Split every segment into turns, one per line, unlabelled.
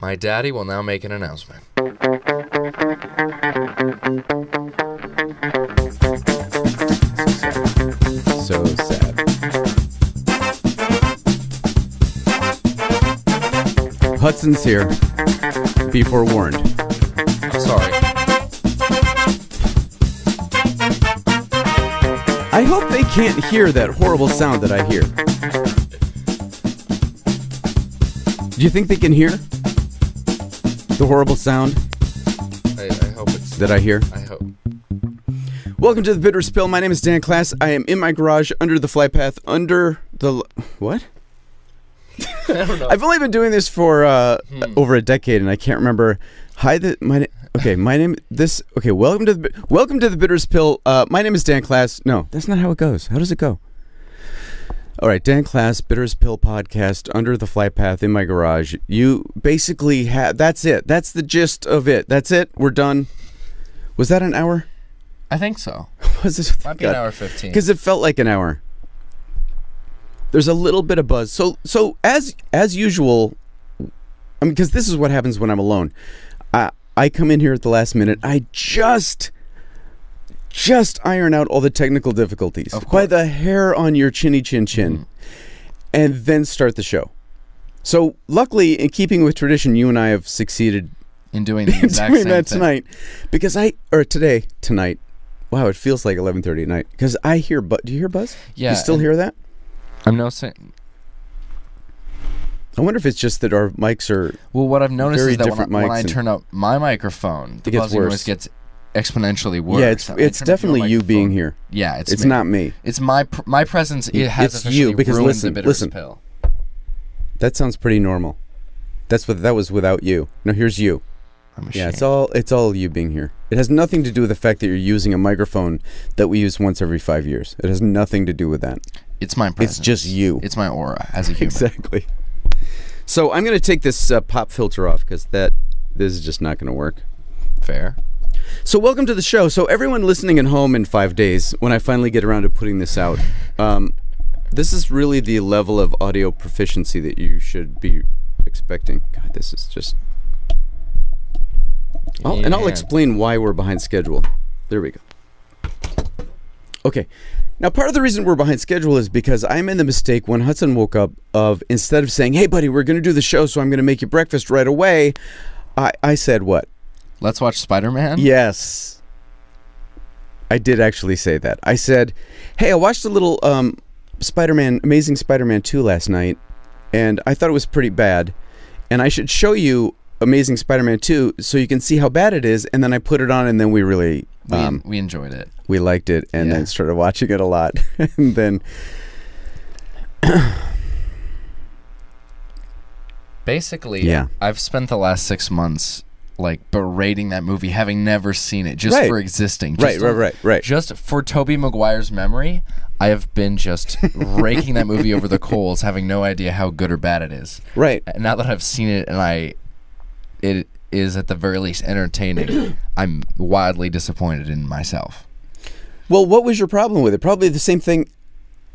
My daddy will now make an announcement.
So sad. Hudson's here. Be forewarned.
Sorry.
I hope they can't hear that horrible sound that I hear. Do you think they can hear the horrible sound
I, I hope it's.
that I hear?
I hope.
Welcome to the Bitter Spill. My name is Dan Class. I am in my garage under the flight path under the l- what?
I don't know. Hmm.
I've only been doing this for uh, over a decade, and I can't remember. Hi, the my na- okay, my name this okay. Welcome to the Bi- welcome to the Bitters Pill. Uh, my name is Dan Class. No, that's not how it goes. How does it go? All right, Dan Class, Bitters Pill podcast, under the flight path in my garage. You basically have that's it. That's the gist of it. That's it. We're done. Was that an hour?
I think so.
Was this
Might be an hour 15.
because it felt like an hour. There's a little bit of buzz. So so as as usual, I mean, because this is what happens when I'm alone. I I come in here at the last minute. I just just iron out all the technical difficulties
Of
by
course. Mm-hmm.
the hair on your chinny chin chin, and then start the show. So luckily, in keeping with tradition, you and I have succeeded
In doing the
in
exact
doing
same
that
thing.
tonight because I or today tonight. Wow, it feels like 11:30 at night because I hear. But do you hear buzz?
Yeah.
you still
and
hear that?
I'm noticing.
I wonder if it's just that our mics are.
Well, what I've noticed
Very
is that when,
different
I- when
mics
I
and-
turn up my microphone, the
It gets
buzzing
worse.
noise gets exponentially worse.
yeah, it's
And I
it's
turn up your
definitely you being
microphone.
here.
Yeah, it's
It's,
me.
not me.
It's my pr- my presence. It has
It's you,
officially
because
ruined
listen,
the bitter
listen.
pill.
That sounds pretty normal. That's what that was without you. No, here's you.
I'm
Yeah,
ashamed.
it's all it's all you being here. It has nothing to do with the fact that you're using a microphone that we use once every five years. It has nothing to do with that.
it's my presence.
It's just you.
It's my aura as a human.
exactly. So I'm gonna take this uh, pop filter off because that this is just not gonna work.
Fair.
So welcome to the show. So everyone listening at home in five days, when I finally get around to putting this out, um, this is really the level of audio proficiency that you should be expecting. God, this is just. I'll, Oh, And I'll
Yeah.
explain why we're behind schedule. There we go. Okay. Now, part of the reason we're behind schedule is because I made the mistake when Hudson woke up of instead of saying, "Hey, buddy, we're going to do the show, so I'm going to make you breakfast right away," I, I said what?
Let's watch Spider Man.
Yes. I did actually say that. I said, "Hey, I watched a little um, Spider-Man, Amazing Spider-Man 2 last night, and I thought it was pretty bad, and I should show you Amazing Spider-Man 2 so you can see how bad it is." And then I put it on, and then we really
We,
um,
we enjoyed it.
we liked it, and
Yeah.
then started watching it a lot, and then
Basically,
Yeah.
I've spent the last six months like berating that movie, having never seen it, just
Right.
for existing.
right,
Just
right, right, right.
Just for Toby Maguire's memory, I have been just raking that movie over the coals, having no idea how good or bad it is.
Right.
And now that I've seen it and I it is at the very least entertaining, I'm wildly disappointed in myself.
Well, what was your problem with it? Probably the same thing.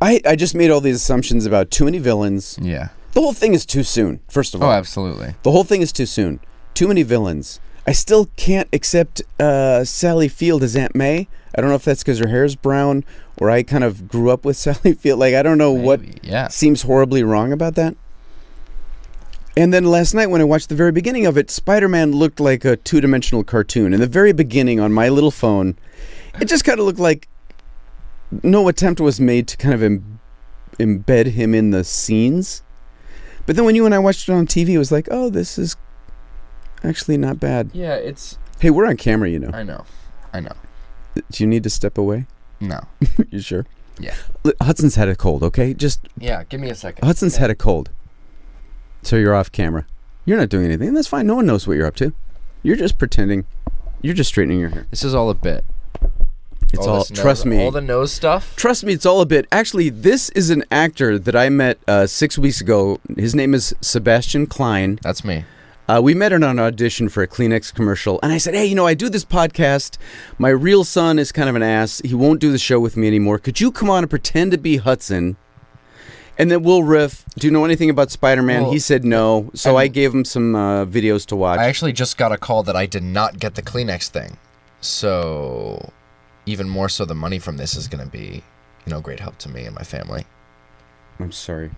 I I just made all these assumptions about too many villains.
Yeah.
The whole thing is too soon. First of all,
Oh, absolutely.
The whole thing is too soon. Too many villains. I still can't accept uh, Sally Field as Aunt May. I don't know if that's because her hair's brown or I kind of grew up with Sally Field. Like, I don't know what
Maybe, yeah.
seems horribly wrong about that. And then last night, when I watched the very beginning of it, Spider Man looked like a two dimensional cartoon. In the very beginning on my little phone, it just kind of looked like no attempt was made to kind of Im- embed him in the scenes. But then when you and I watched it on TV, it was like, oh, this is actually not bad.
Yeah, it's
Hey, we're on camera, you know.
I know. I know.
Do you need to step away?
No.
you sure?
Yeah.
L- Hudson's had a cold, okay? Just
Yeah, give me a second.
Hudson's had a cold. So you're off camera. You're not doing anything. That's fine. No one knows what you're up to. You're just pretending. You're just straightening your hair.
This is all a bit.
It's all,
this nose-
trust me.
All the nose stuff.
Trust me, it's all a bit. Actually, this is an actor that I met uh, six weeks ago. His name is Sebastian Klein.
That's me.
Uh, we met in an audition for a Kleenex commercial, and I said, "Hey, you know, I do this podcast. My real son is kind of an ass. He won't do the show with me anymore. Could you come on and pretend to be Hudson?" And then Will Riff, do you know anything about Spider Man?
Well,
he said no, so I gave him some uh, videos to watch.
I actually just got a call that I did not get the Kleenex thing. So even more so the money from this is going to be, you know, great help to me and my family.
I'm sorry.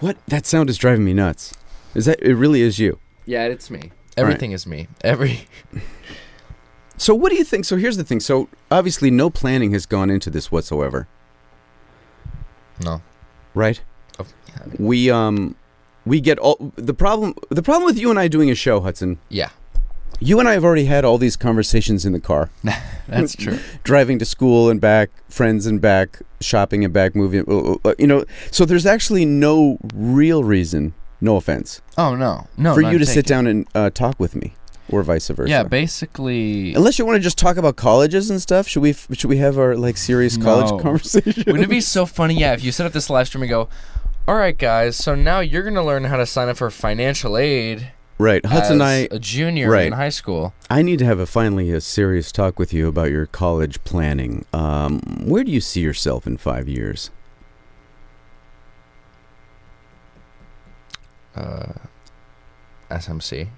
What? That sound is driving me nuts. Is that? It really is you.
Yeah, it's me. Everything is me. Every
So what do you think? So here's the thing. So obviously, no planning has gone into this whatsoever,
No.
right?
Oh, yeah.
We um, we get all the problem. The problem with you and I doing a show, Hudson.
Yeah.
You and I have already had all these conversations in the car,
That's true.
driving to school and back, friends and back, shopping and back, moving. uh, uh, You know, so there's actually no real reason. No offense
Oh no. No.
for
none
you to sit
taken.
down and uh, talk with me, or vice versa.
Yeah, basically
Unless you want to just talk about colleges and stuff, should we f- should we have our like serious college
No.
conversation?
Wouldn't it be so funny? Yeah, if you set up this live stream and go, all right, guys, so now you're going to learn how to sign up for financial aid
right,
as
Hudson. I
a junior
right.
in high school.
I need to have a finally a serious talk with you about your college planning. Um, where do you see yourself in five years?
Uh, SMC.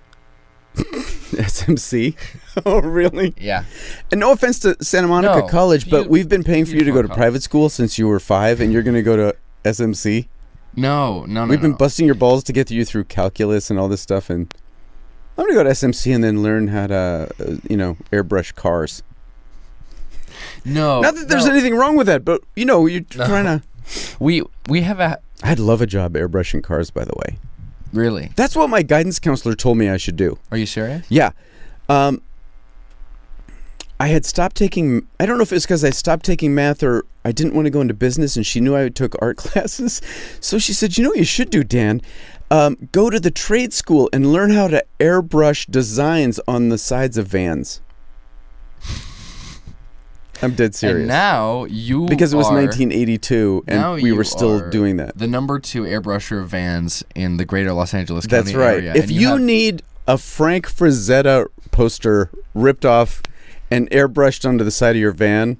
SMC. oh, really?
Yeah.
And no offense to Santa Monica
No,
College, but
beau-
we've been paying for you to go
beautiful
to
college.
private school since you were five, and you're going to go to SMC.
No, no, no.
We've been
no.
busting your balls to get you through calculus and all this stuff, and I'm gonna go to SMC and then learn how to, uh, you know, airbrush cars.
no.
Not that there's
Oh, no.
anything wrong with that, but you know, you're
No.
trying to.
We we have a
I'd love a job airbrushing cars, by the way.
really.
That's what my guidance counselor told me I should do.
Are you serious?
Yeah. Um, I had stopped taking. I don't know if it's because I stopped taking math or I didn't want to go into business, and she knew I took art classes. So she said, "You know what you should do, Dan? Um, go to the trade school and learn how to airbrush designs on the sides of vans." I'm dead serious.
And now you
because it was
are
1982,
now
and we
you
were still
are
doing that.
The number two airbrusher of vans in the greater Los Angeles
That's
County
right.
area.
if
and
you,
have-
need a Frank Frazetta poster ripped off and airbrushed onto the side of your van,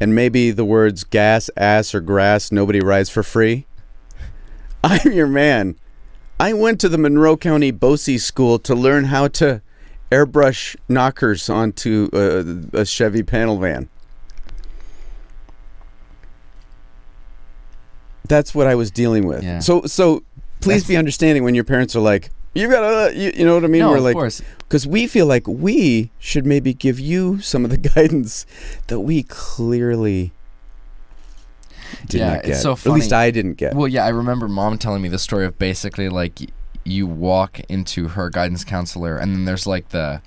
and maybe the words gas, ass, or grass, nobody rides for free, I'm your man. I went to the Monroe County BOCES school to learn how to airbrush knockers onto uh, a, a Chevy panel van. That's what I was dealing with.
Yeah.
So, so please be understanding when your parents are like, "You gotta," you, you know what I mean?
no,
We're
of
like,
course.
because we feel like we should maybe give you some of the guidance that we clearly did
Yeah,
not
it's
get.
so
At least
funny.
I didn't get.
Well, yeah, I remember mom telling me the story of basically like y- you walk into her guidance counselor, and then there's like the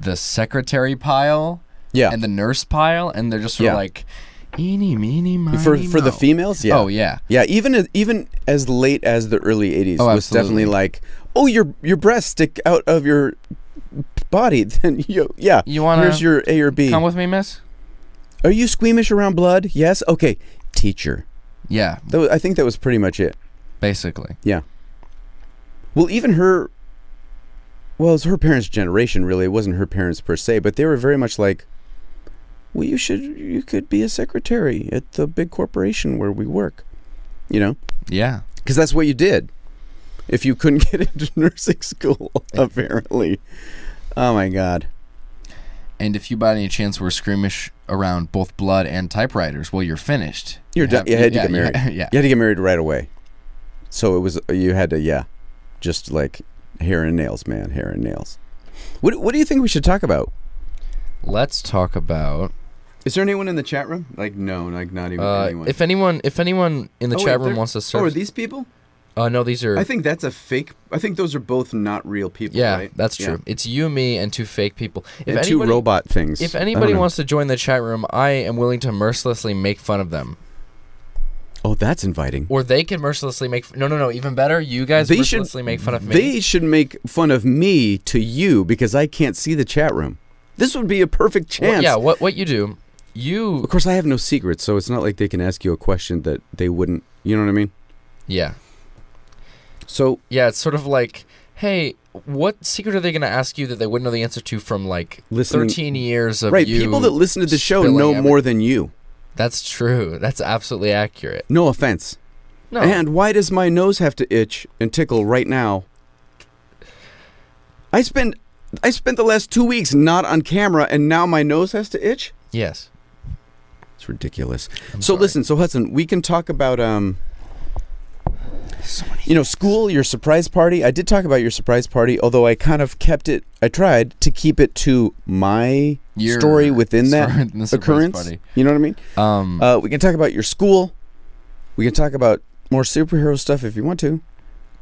the secretary pile
yeah,
and the nurse pile, and they're just sort
Yeah.
of like eeny meeny miny
for for the
moe."
females, yeah.
Oh yeah,
Yeah, even as, even as late as the early '80s
Oh,
was definitely
absolutely.
like, oh, your your breasts stick out of your body. Then you, yeah,
You wanna
here's your A or B.
come with me, miss.
Are you squeamish around blood? Yes. Okay, teacher.
Yeah,
That was, I think that was pretty much it.
basically.
Yeah. Well, even her. Well, it's her parents' generation, really. It wasn't her parents per se, but they were very much like, "Well, you should, you could be a secretary at the big corporation where we work," you know,
Yeah.
because that's what you did. If you couldn't get into nursing school, apparently. Oh my God.
And if you by any chance were squeamish around both blood and typewriters, well, you're finished.
You're
You
done.
have-
You had to
yeah,
get married.
Yeah.
You had to get married right away. So it was you had to yeah, just like hair and nails, man, hair and nails. What what do you think we should talk about?
Let's talk about
Is there anyone in the chat room? Like no, like not even
uh, if anyone if anyone in the
Oh, wait,
chat room
they're-
wants to search.
these people?
uh, no, these are.
think that's a fake. I think those are both not real people.
yeah, that's true. It's you, me, and two fake people. If
And
anybody,
two robot things.
If
I don't
anybody
know.
wants to join the chat room, I am willing to mercilessly make fun of them,
oh, that's inviting.
or they can mercilessly make. f- No, no, no. Even better, you guys
They should-
mercilessly make fun of me.
They should make fun of me to you because I can't see the chat room. This would be a perfect
Wha-
chance.
yeah. What what you do? You
Of course, I have no secrets, so it's not like they can ask you a question that they wouldn't. You know what I mean?
yeah
So
yeah. It's sort of like, hey, what secret are they going to ask you that they wouldn't know the answer to from like
Listening-
thirteen years of
right,
you
people that listen to the show
spilling
know
every-
more than you.
That's true. That's absolutely accurate.
No offense.
No.
And why does my nose have to itch and tickle right now? I spent I spent the last 2 weeks not on camera and now my nose has to itch?
yes.
It's ridiculous.
I'm
so
sorry.
listen, so Hudson, we can talk about um
So many
you know, school, your surprise party. I did talk about your surprise party, although I kind of kept it I tried to keep it to my
Your
story within that
story in the surprise
occurrence.
party.
You know what I mean?
Um,
Uh, we can talk about your school. We can talk about more superhero stuff if you want to.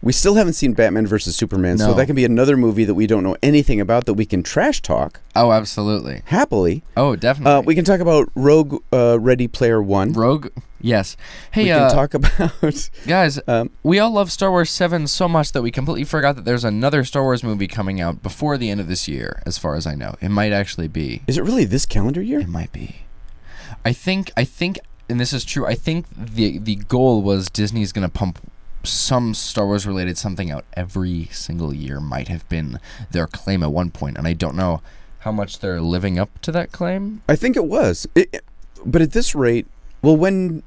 We still haven't seen Batman versus Superman, so
No.
that can be another movie that we don't know anything about that we can trash talk
oh, absolutely.
happily.
Oh, definitely.
Uh, we can talk about Rogue uh, Ready Player One.
Rogue. Yes. Hey,
we
uh,
can talk about
guys.
um,
We all love Star Wars Seven so much that we completely forgot that there's another Star Wars movie coming out before the end of this year. As far as I know, it might actually be.
is it really this calendar year?
It might be. I think. I think, and this is true. I think the the goal was Disney's going to pump some Star Wars related something out every single year. Might have been their claim at one point, and I don't know how much they're living up to that claim.
I think it was. It, it- but at this rate, well, when?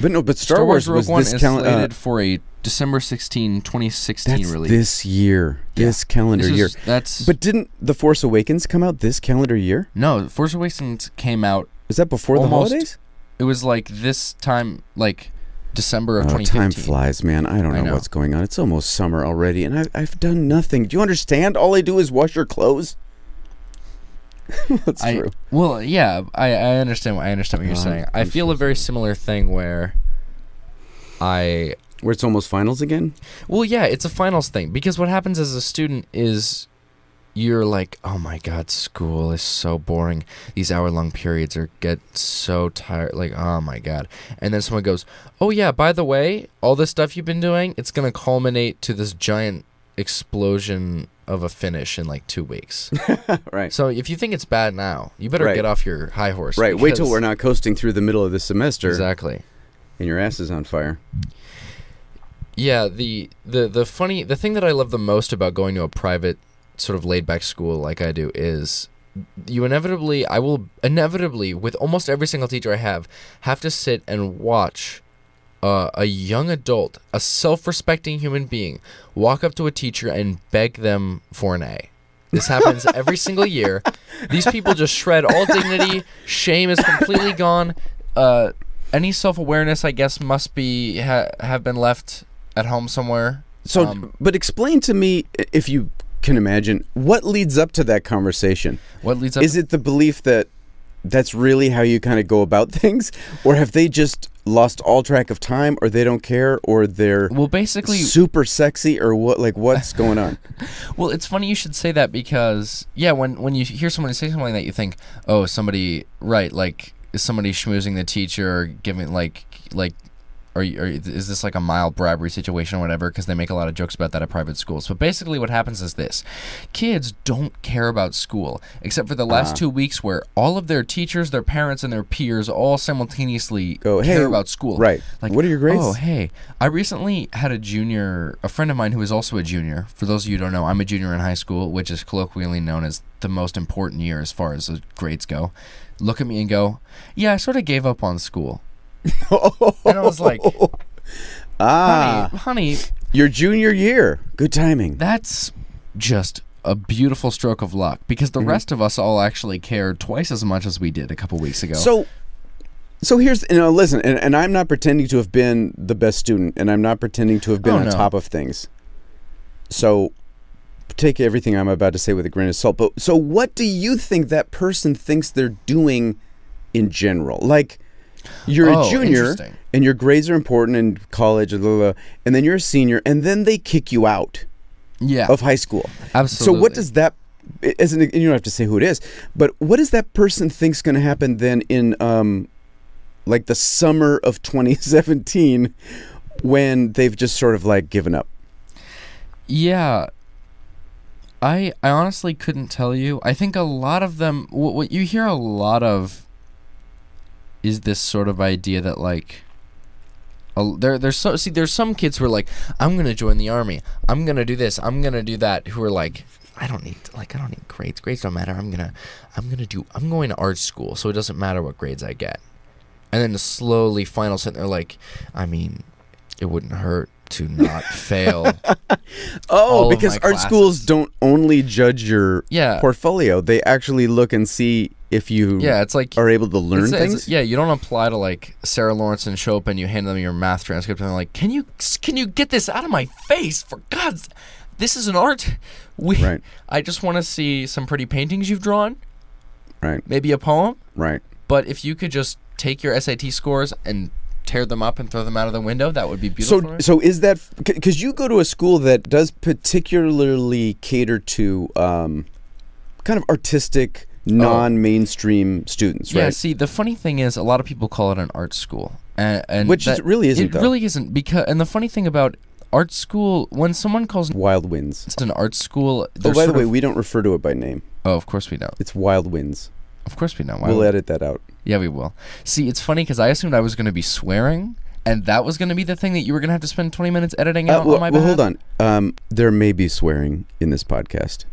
But no, but Star, Wars,
Rogue
was
One
this
is
calendar.
slated for a December 16, 2016
that's
release.
this year.
Yeah.
This calendar
This is-
year.
That's
But didn't The Force Awakens come out this calendar year?
no. Force Awakens came out.
Is that before
Almost.
the holidays?
It was like this time, like December of
Oh,
2015.
time flies, man. I don't
I
know,
know.
what's going on. It's almost summer already, and I've, I've done nothing. Do you understand? All I do is wash your clothes. That's
I-
true.
Well, yeah, I, I understand. What, I understand what you're
Oh,
saying.
I'm-
I
I'm
feel
so
a very similar thing where I
Where it's almost finals again.
Well, yeah, it's a finals thing because what happens as a student is you're like, oh my god, school is so boring. These hour long periods are get so tired. Like, oh my god. And then someone goes, oh yeah, by the way, all this stuff you've been doing, it's gonna culminate to this giant explosion of a finish in like two weeks.
right.
so if you think it's bad now, you better
Right.
get off your high horse.
Right. Wait till
because-
we're not coasting through the middle of the semester
exactly.
and your ass is on fire.
Yeah, the the the funny the thing that I love the most about going to a private sort of laid back school like I do is you inevitably I will inevitably with almost every single teacher I have have to sit and watch uh, a young adult, a self-respecting human being, walk up to a teacher and beg them for an A. This happens every single year. These people just shred all dignity. Shame is completely gone. Uh, any self-awareness, I guess, must be ha- have been left at home somewhere.
So,
Um,
but explain to me i- if you can imagine what leads up to that conversation.
What leads up?
Is it the belief that that's really how you kind of go about things, or have they just lost all track of time, or they don't care, or they're
well, basically,
super sexy, or what? Like, what's going on?
Well, it's funny you should say that because yeah, when when you hear someone say something like that, you think, oh, somebody right, like is somebody schmoozing the teacher or giving like like. Or, or is this like a mild bribery situation or whatever? Because they make a lot of jokes about that at private schools. But basically, what happens is this kids don't care about school, except for the last
Uh-huh.
two weeks where all of their teachers, their parents, and their peers all simultaneously
Go,
care
"Hey,
about school.
right.
Like,
What are your grades?"
Oh, hey, I recently had a junior, a friend of mine who is also a junior. For those of you who don't know, I'm a junior in high school, which is colloquially known as the most important year as far as the grades go. Look at me and go, yeah, I sort of gave up on school. and I was like,
Oh.
honey,
ah,
honey,
your junior year. Good timing.
that's just a beautiful stroke of luck because the
Mm-hmm.
rest of us all actually cared twice as much as we did a couple weeks ago.
So, so here's you know, listen, and, and I'm not pretending to have been the best student, and I'm not pretending to have been
Oh,
on
no.
top of things. So, take everything I'm about to say with a grain of salt. But so, what do you think that person thinks they're doing in general? Like, you're a
Oh,
junior,
interesting.
and your grades are important in college, blah, blah, blah, and then you're a senior, and then they kick you out
yeah,
of high school.
absolutely.
So what does that? As an, and you don't have to say who it is, but what does that person think's going to happen then in, um, like the summer of 2017, when they've just sort of like given up?
Yeah. I I honestly couldn't tell you. I think a lot of them what, what you hear a lot of is this sort of idea that like a, there there's so see there's some kids who are like I'm going to join the army. I'm going to do this. I'm going to do that who are like I don't need like I don't need grades. Grades don't matter. I'm going to I'm going to do I'm going to art school, so it doesn't matter what grades I get. and then the slowly final sentence. They're like, I mean, it wouldn't hurt to not fail.
Oh,
all of
because
my
art schools
classes.
don't only judge your
Yeah.
portfolio; they actually look and see if you
Yeah, it's like
are able to learn
It's- it's-
things.
yeah, you don't apply to like Sarah Lawrence and show up and you hand them your math transcript and they're like, "Can you can you get this out of my face for God's? This is an art. We,
Right.
I just want to see some pretty paintings you've drawn,
Right,
maybe a poem.
right.
But if you could just take your SAT scores and tear them up and throw them out of the window, that would be beautiful.
So, so is that because you go to a school that does particularly cater to um, kind of artistic,
Oh.
non-mainstream students,
yeah.
right?
See, the funny thing is, a lot of people call it an art school, and, and
Which
that-
is, really isn't
it
though.
really isn't because. And the funny thing about art school, when someone calls
Wild Winds.
it's an art school.
Oh,
they're
by the
sort
way,
of-
we don't refer to it by name.
oh, of course we don't.
It's Wild Winds.
Of course we know. Why
We'll
would-
edit that out.
yeah, we will. See, it's funny because I assumed I was going to be swearing, and that was going to be the thing that you were going to have to spend 20 minutes editing
Uh,
out
well,
on my
well, hold
behalf.
on. Um, there may be swearing in this podcast.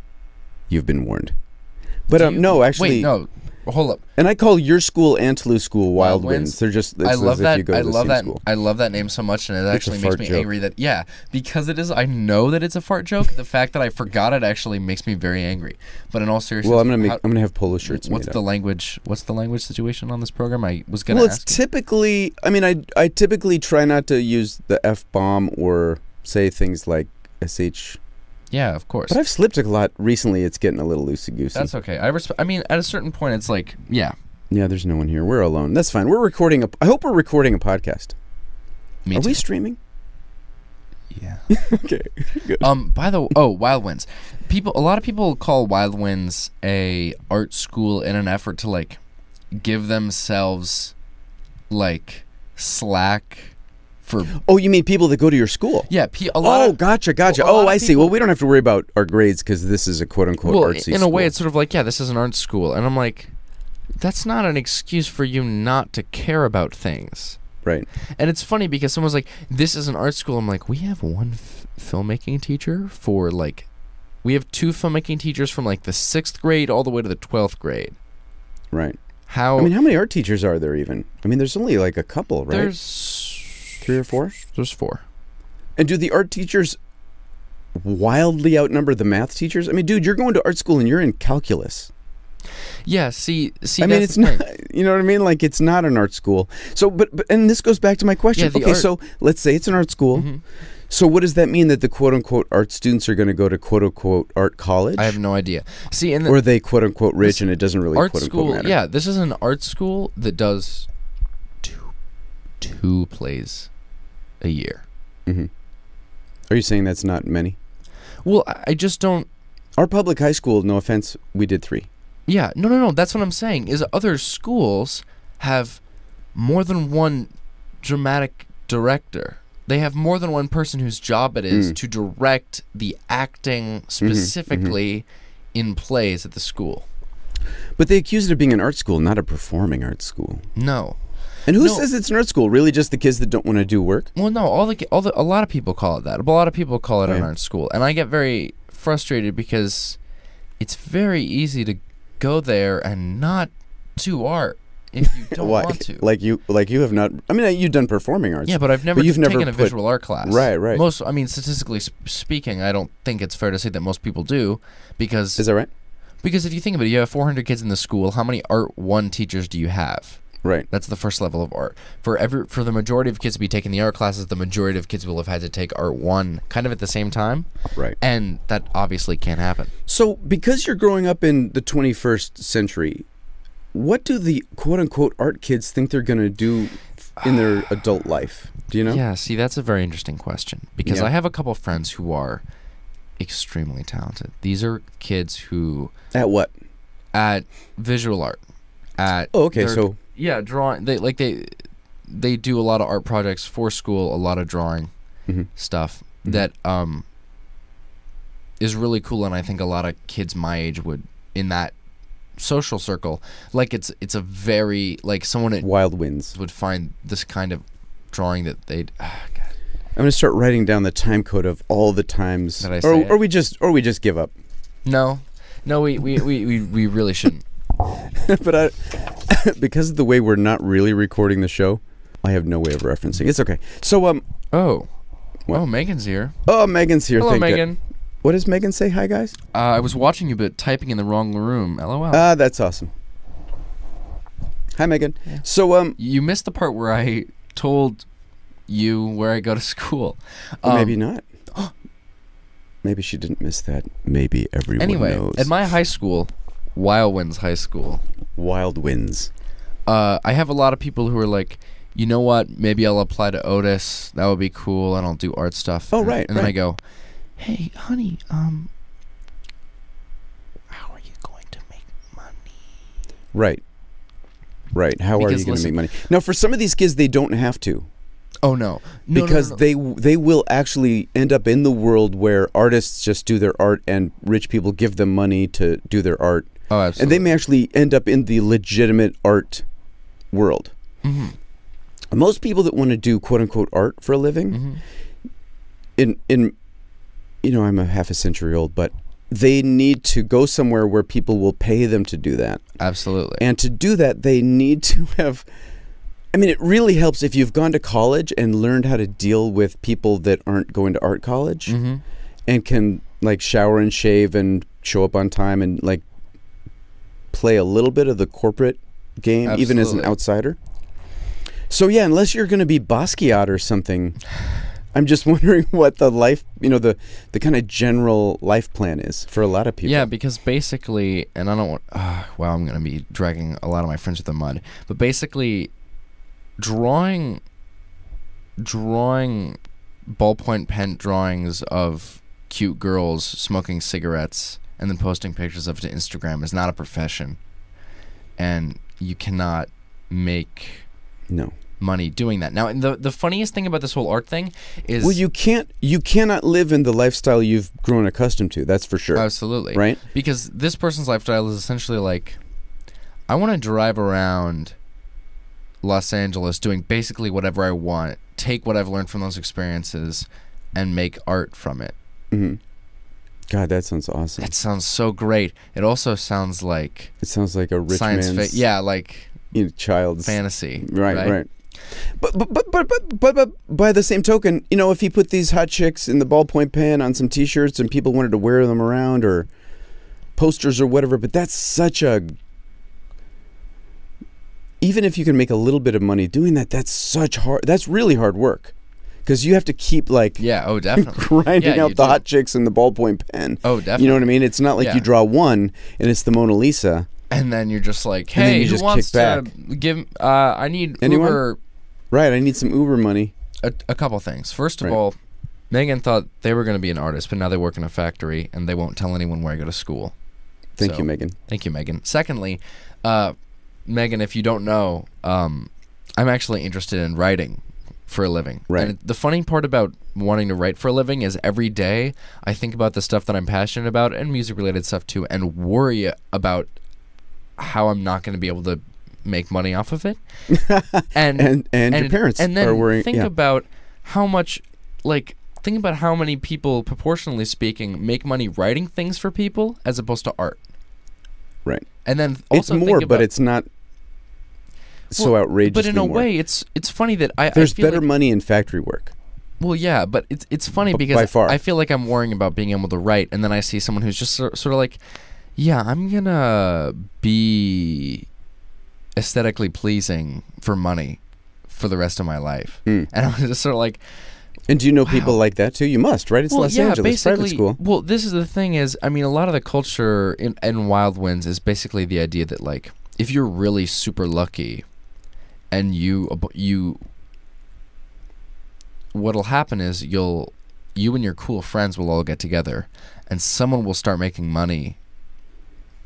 You've been warned. But
Do
um,
you-
no, actually,
Wait, no. Hold up.
and I call your school Antelope School Wild,
Wild
Winds.
Winds.
They're just. It's
I
as
love
if
that.
You go to
I
the
love
same
that.
school.
I love that name so much, and it
a
actually makes
fart
me
joke.
angry that yeah, because it is. I know that it's a fart joke. The fact that I forgot it actually makes me very angry. But in all seriousness,
Well, I'm gonna make.
how-
I'm gonna have polo shirts.
what's
made
the
up.
language? What's the language situation on this program? I was gonna
Well, it's
ask.
typically. I mean, I I typically try not to use the f bomb or say things like sh.
yeah, of course.
But I've slipped a lot recently. It's getting a little loosey goosey.
That's okay. I resp- I mean, at a certain point, it's like yeah,
Yeah, there's no one here. We're alone. That's fine. We're recording a. I hope we're recording a podcast.
me
Are
too.
we streaming?
yeah.
okay.
Um. By the oh, Wild Winds. People. A lot of people call Wild Winds a art school in an effort to like give themselves like slack for
Oh, you mean people that go to your school?
yeah. Pe- a lot.
Oh,
of,
gotcha, gotcha.
a lot
oh,
of
I see.
people-
Well, we don't have to worry about our grades because this is a quote unquote
well, in
artsy.
a way,
school.
it's sort of like yeah, this is an art school, and I'm like, that's not an excuse for you not to care about things.
right.
And it's funny because someone's like, "This is an art school." I'm like, "We have one f- filmmaking teacher for like, we have two filmmaking teachers from like the sixth grade all the way to the twelfth grade."
Right.
How
I mean, how many art teachers are there even? I mean, there's only like a couple, right?
there's
Three or four.
there's four.
And do the art teachers wildly outnumber the math teachers? I mean, dude, you're going to art school and you're in calculus.
Yeah. See. See.
I mean,
that's
it's
the
not.
thing.
You know what I mean? Like, it's not an art school. So, but, but and this goes back to my question.
Yeah, the
okay,
art-
so let's say it's an art school.
Mhm.
So, what does that mean that the quote unquote art students are going to go to quote unquote art college?
I have no idea. See, and the
or are they quote unquote rich and it doesn't really
art
quote
school.
unquote matter?
Yeah, this is an art school that does two two plays a year.
Are you saying that's not many?
Well, I I just don't.
Our public high school, no offense, we did three.
Yeah, no, no, no. That's what I'm saying. Is other schools have more than one dramatic director. They have more than one person whose job it is
Mm. Mm-hmm,
to direct the acting specifically in plays at the school.
But they accuse it of being an art school, not a performing arts school.
No,
And who
No.
says it's an art school? Really, just the kids that don't want to do work?
well, no. All the all the a lot of people call it that. A lot of people call it an
Yeah.
art school, and I get very frustrated because it's very easy to go there and not do art if you don't
Why?
want to.
Like you, like you have not. I mean, you've done performing arts.
Yeah, but I've never
you've
t-
never
taken a
put-
visual art class.
Right, right.
Most, I mean, statistically sp- speaking, I don't think it's fair to say that most people do, because
Is that right?
because if you think about it, you have 400 kids in the school. How many art one teachers do you have?
Right.
That's the first level of art. For every for the majority of kids to be taking the art classes, the majority of kids will have had to take art one kind of at the same time,
Right.
and that obviously can't happen.
So, because you're growing up in the 21st century, what do the quote unquote art kids think they're going to do in their adult life? Do you know?
Yeah, see, that's a very interesting question because
Yeah.
I have a couple friends who are extremely talented. These are kids who
At what?
at visual art. At
Oh, okay.
they're-
so,
yeah, drawing. They like they they do a lot of art projects for school, a lot of drawing
Mhm.
stuff
Mhm.
that um is really cool, and I think a lot of kids my age would in that social circle like it's it's a very like someone at
Wild Winds.
would find this kind of drawing that they'd ah, God.
I'm going to start writing down the time code of all the times.
Did I
or,
say it?
or we just, or we just give up.
no no we we, we, we, we really shouldn't
but I, because of the way we're not really recording the show, I have no way of referencing. It's okay. So um,
Oh.
What?
Oh, Megan's here.
oh Megan's here.
Hello,
thank God.
Megan.
What does Megan say? Hi guys.
Uh, I was watching you, but typing in the wrong room. LOL.
Ah, that's awesome. Hi Megan. So um,
you missed the part where I told you where I go to school. Um,
Or maybe not. maybe she didn't miss that. Maybe everyone
Anyway,
knows.
at my high school, Wildwinds High School,
Wild winds.
uh, I have a lot of people who are like, you know what? Maybe I'll apply to Otis. That would be cool, and I'll do art stuff.
Oh,
And-
right,
And then I
right.
go, hey, honey, um, how are you going to make money?
Right. Right. How are
Because
you going to
listen-
make money? Now, for some of these kids, they don't have to
Oh no, no no,
because
no, no.
they they will actually end up in the world where artists just do their art and rich people give them money to do their art,
oh
and they
absolutely.
may actually end up in the legitimate art world.
Mhm,
Most people that want to do quote unquote art for a living.
mhm.
in in you know I'm a half a century old, but they need to go somewhere where people will pay them to do that.
absolutely.
And to do that, they need to have I mean, it really helps if you've gone to college and learned how to deal with people that aren't going to art college
Mhm.
and can like shower and shave and show up on time and like play a little bit of the corporate game even as an
Absolutely.
outsider. So yeah, unless you're going to be Basquiat or something, I'm just wondering what the life, you know, the the kind of general life plan is for a lot of people.
Yeah, because basically, and I don't want. Uh, wow, I'm going to be dragging a lot of my friends with the mud. But basically, drawing, drawing, ballpoint pen drawings of cute girls smoking cigarettes and then posting pictures of it to Instagram is not a profession, and you cannot make
No.
money doing that. Now, and the the funniest thing about this whole art thing is
Well, you can't you cannot live in the lifestyle you've grown accustomed to. That's for
Uh,
sure.
absolutely
Right?
because this person's lifestyle is essentially like I want to drive around Los Angeles doing basically whatever I want, take what I've learned from those experiences and make art from it.
hmm God, that sounds awesome.
That sounds so great. It also sounds like
It sounds like a rich
science
man's
fiction. Yeah, like
you know, child's
fantasy.
Right, right. But, but, but, but, but, but, but by the same token, you know, if he put these hot chicks in the ballpoint pen on some t shirts and people wanted to wear them around or posters or whatever, but that's such a. Even if you can make a little bit of money doing that, that's such hard. That's really hard work. Because you have to keep, like,
Yeah, oh definitely.
grinding
Yeah,
out
you
the
do.
hot chicks in the ballpoint pen.
Oh, definitely.
You know what I mean? It's not like
Yeah.
you draw one and it's the Mona Lisa.
and then you're just like,
And then
"Hey,
you
who
just
wants
kick
to give uh I need
Anyone?
Uber
Right, I need some Uber money.
a, a couple things. First of
Right.
all, Megan thought they were going to be an artist, but now they work in a factory and they won't tell anyone where I go to school.
Thank
So,
you, Megan.
Thank you, Megan. Secondly, uh, Megan, if you don't know, um, I'm actually interested in writing for a living.
Right.
And the funny part about wanting to write for a living is every day I think about the stuff that I'm passionate about and music related stuff too and worry about how I'm not going to be able to make money off of it. and
And and, your parents
Mm. and then
are worrying.
Think
yeah.
about how much, like, think about how many people, proportionally speaking, make money writing things for people as opposed to art.
Right.
And then also
it's
think
more,
about-
but it's not so
Well,
outrageous.
But in a way, it's it's funny that I I
there's
feel
better
like-
money in factory work.
well, yeah, but it's it's funny
B-
because
by far.
I feel like I'm worrying about being able to write, and then I see someone who's just sor- sort of like, yeah, I'm gonna be aesthetically pleasing for money for the rest of my life,
Mm.
and I'm just sort of like,
And do you know people
Wow.
like that too? You must, right? It's Los Angeles private school.
Well, this is the thing is, I mean, a lot of the culture in, in Wild Winds is basically the idea that like if you're really super lucky, and you ab- you, what'll happen is you'll you and your cool friends will all get together, and someone will start making money.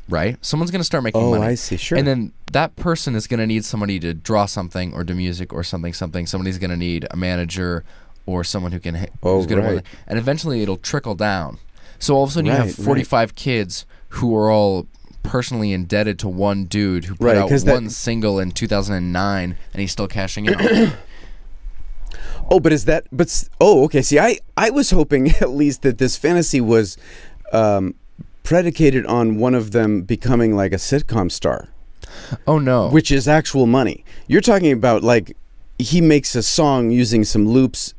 Right, someone's gonna start making
Oh,
money.
I see. Sure.
And then that person is going to need somebody to draw something or do music or something, something. Somebody's going to need a manager or someone who can. h-
Oh,
who's gonna run
right.
it. And eventually it'll trickle down. So all of a sudden you have
Right,
45 kids who are all personally indebted to one dude who put
Right,
out
'cause that-
one single in 2009 and he's still cashing out.
oh, but is that? But s- oh, okay. See, I I was hoping at least that this fantasy was um, predicated on one of them becoming like a sitcom star.
Oh no.
which is actual money. You're talking about like he makes a song using some loops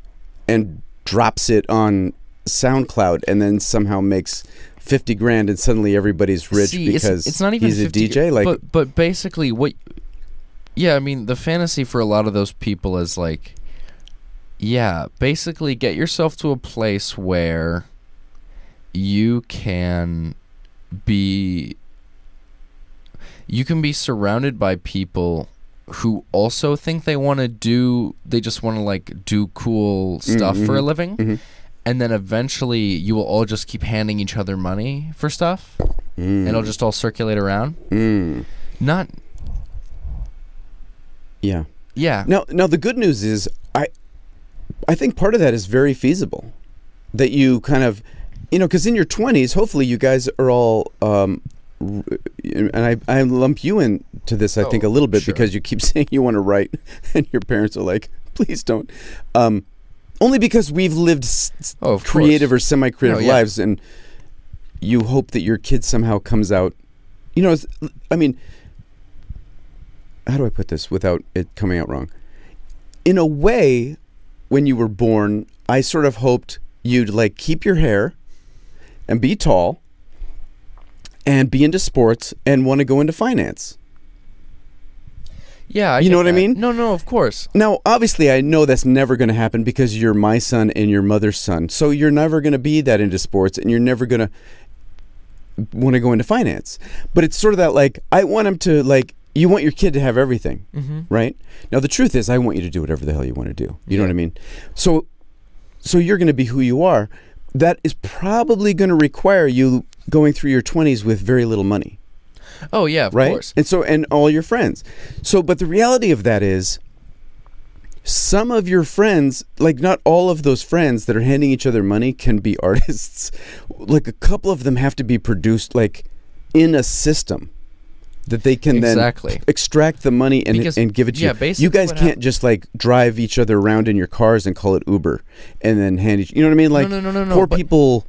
and drops it on SoundCloud and then somehow makes 50 grand and suddenly everybody's rich
See, it's-
because
it's, not even
he's
50
a DJ like
but but basically what yeah i mean the fantasy for a lot of those people is like yeah basically get yourself to a place where you can be you can be surrounded by people who also think they want to do they just want to like do cool stuff for a
mhm,
living
mhm.
and then eventually you will all just keep handing each other money for stuff
mm,
and it'll just all circulate around.
mm,
Not
yeah.
yeah.
Now, now the good news is, I, I think part of that is very feasible, that you kind of, you know, because in your twenties, hopefully you guys are all, um, r- and I, I lump you in to this, I think a
Oh,
little bit
sure.
because you keep saying you want to write, and your parents are like, please don't, um, only because we've lived s- s-
Oh, of
creative
course.
or semi-creative
No, yeah.
lives, and you hope that your kid somehow comes out, you know, it's, I mean, how do I put this without it coming out wrong? In a way, when you were born, I sort of hoped you'd like keep your hair and be tall and be into sports and want to go into finance.
yeah. I
You
get
know what I
that.
mean?
No, no, of course.
Now, obviously, I know that's never going to happen because you're my son and your mother's son. So you're never going to be that into sports and you're never going to want to go into finance. But it's sort of that like, I want him to, like, you want your kid to have everything.
Mm-hmm.
right? Now the truth is, I want you to do whatever the hell you want to do. You know
Yeah.
what I mean? So, so you're going to be who you are. That is probably going to require you going through your 20s with very little money
Oh yeah, of
right?
course.
And so, and all your friends. So, but the reality of that is, some of your friends, like not all of those friends that are handing each other money, can be artists. Like a couple of them have to be produced, like in a system that they can
Exactly.
then extract the money and,
Because-
and give it to
yeah,
you.
basically
you guys
what
can't
hap-
just like drive each other around in your cars and call it Uber and then hand each. You know what I mean? Like
no, no, no, no.
poor
but-
people.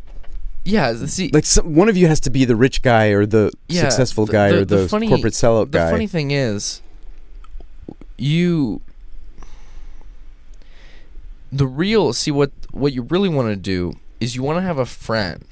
Yeah. th- See,
Like some, one of you has to be the rich guy or the
Yeah,
successful
the-
guy
the-
or
the
the,
funny-
corporate
the
sellout guy.
funny thing is, you. The real see what what you really want to do is you want to have a friend,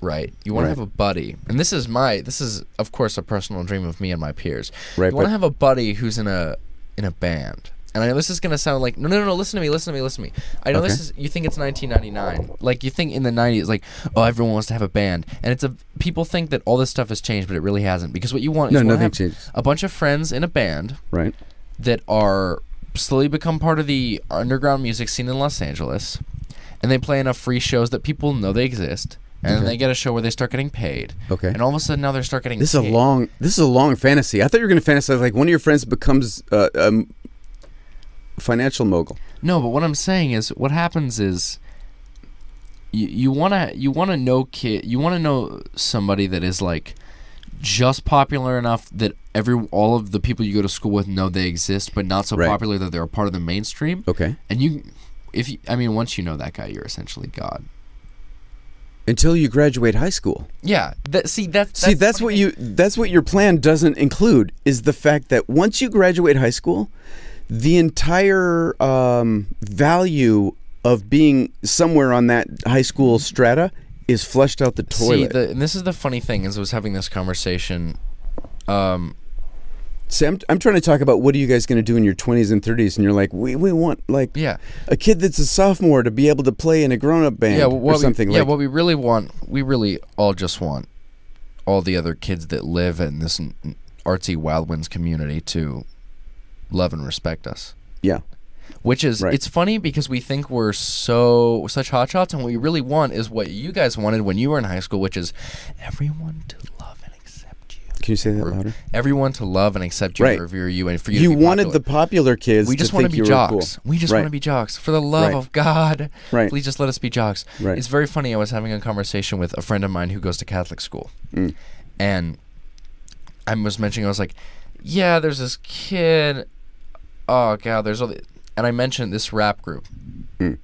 right? You want
Right.
to have a buddy, and this is my this is of course a personal dream of me and my peers.
Right,
you want
but-
to have a buddy who's in a in a band. And I know this is gonna sound like no, no, no, no. Listen to me, listen to me, listen to me. I know this
Okay.
is. You think it's 1999, like you think in the 90s, like oh, everyone wants to have a band, and it's a. People think that all this stuff has changed, but it really hasn't. Because what you want is
No,
you wanna
nothing
have
changes.
A bunch of friends in a band
Right.
that are slowly become part of the underground music scene in Los Angeles, and they play enough free shows that people know they exist, and then
Okay.
they get a show where they start getting paid,
Okay.
and all of a sudden now they start getting.
This is a
paid.
long. This is a long fantasy. I thought you were going to fantasize like one of your friends becomes uh, um, financial mogul.
No, but what I'm saying is, what happens is, you you wanna you wanna know kid, you wanna know somebody that is like just popular enough that every all of the people you go to school with know they exist, but not so
Right.
popular that they're a part of the mainstream.
Okay.
And you, if you, I mean, once you know that guy, you're essentially God.
Until you graduate high school.
Yeah. That see that.
See, that's what you. That's what your plan doesn't include is the fact that once you graduate high school, the entire um, value of being somewhere on that high school strata is flushed out the
See,
toilet.
the, and this is the funny thing is, I was having this conversation. Um,
See, I'm, I'm trying to talk about what are you guys going to do in your 20s and 30s, and you're like, we, we want like
yeah.
a kid that's a sophomore to be able to play in a grown-up band
yeah, wh- what
or something
We, yeah,
like
what we really want, we really all just want all the other kids that live in this n- n- artsy Wild Winds community to love and respect us.
yeah
Which is,
Right.
it's funny because we think we're so such hotshots, and what we really want is what you guys wanted when you were in high school, which is everyone to love and accept you.
can you say that
Or
louder
Everyone to love and accept you,
Right.
and revere you, and for you.
you
to be
wanted
popular.
the popular kids
We just
to
want to
think
be
you
jocks.
were cool
We just
right.
want to be jocks. For the love
Right.
of God,
Right.
please just let us be jocks.
Right.
It's very funny. I was having a conversation with a friend of mine who goes to Catholic school,
Mm.
and I was mentioning I was like, "Yeah, there's this kid. Oh God, there's all." The... And I mentioned this rap group
Mm.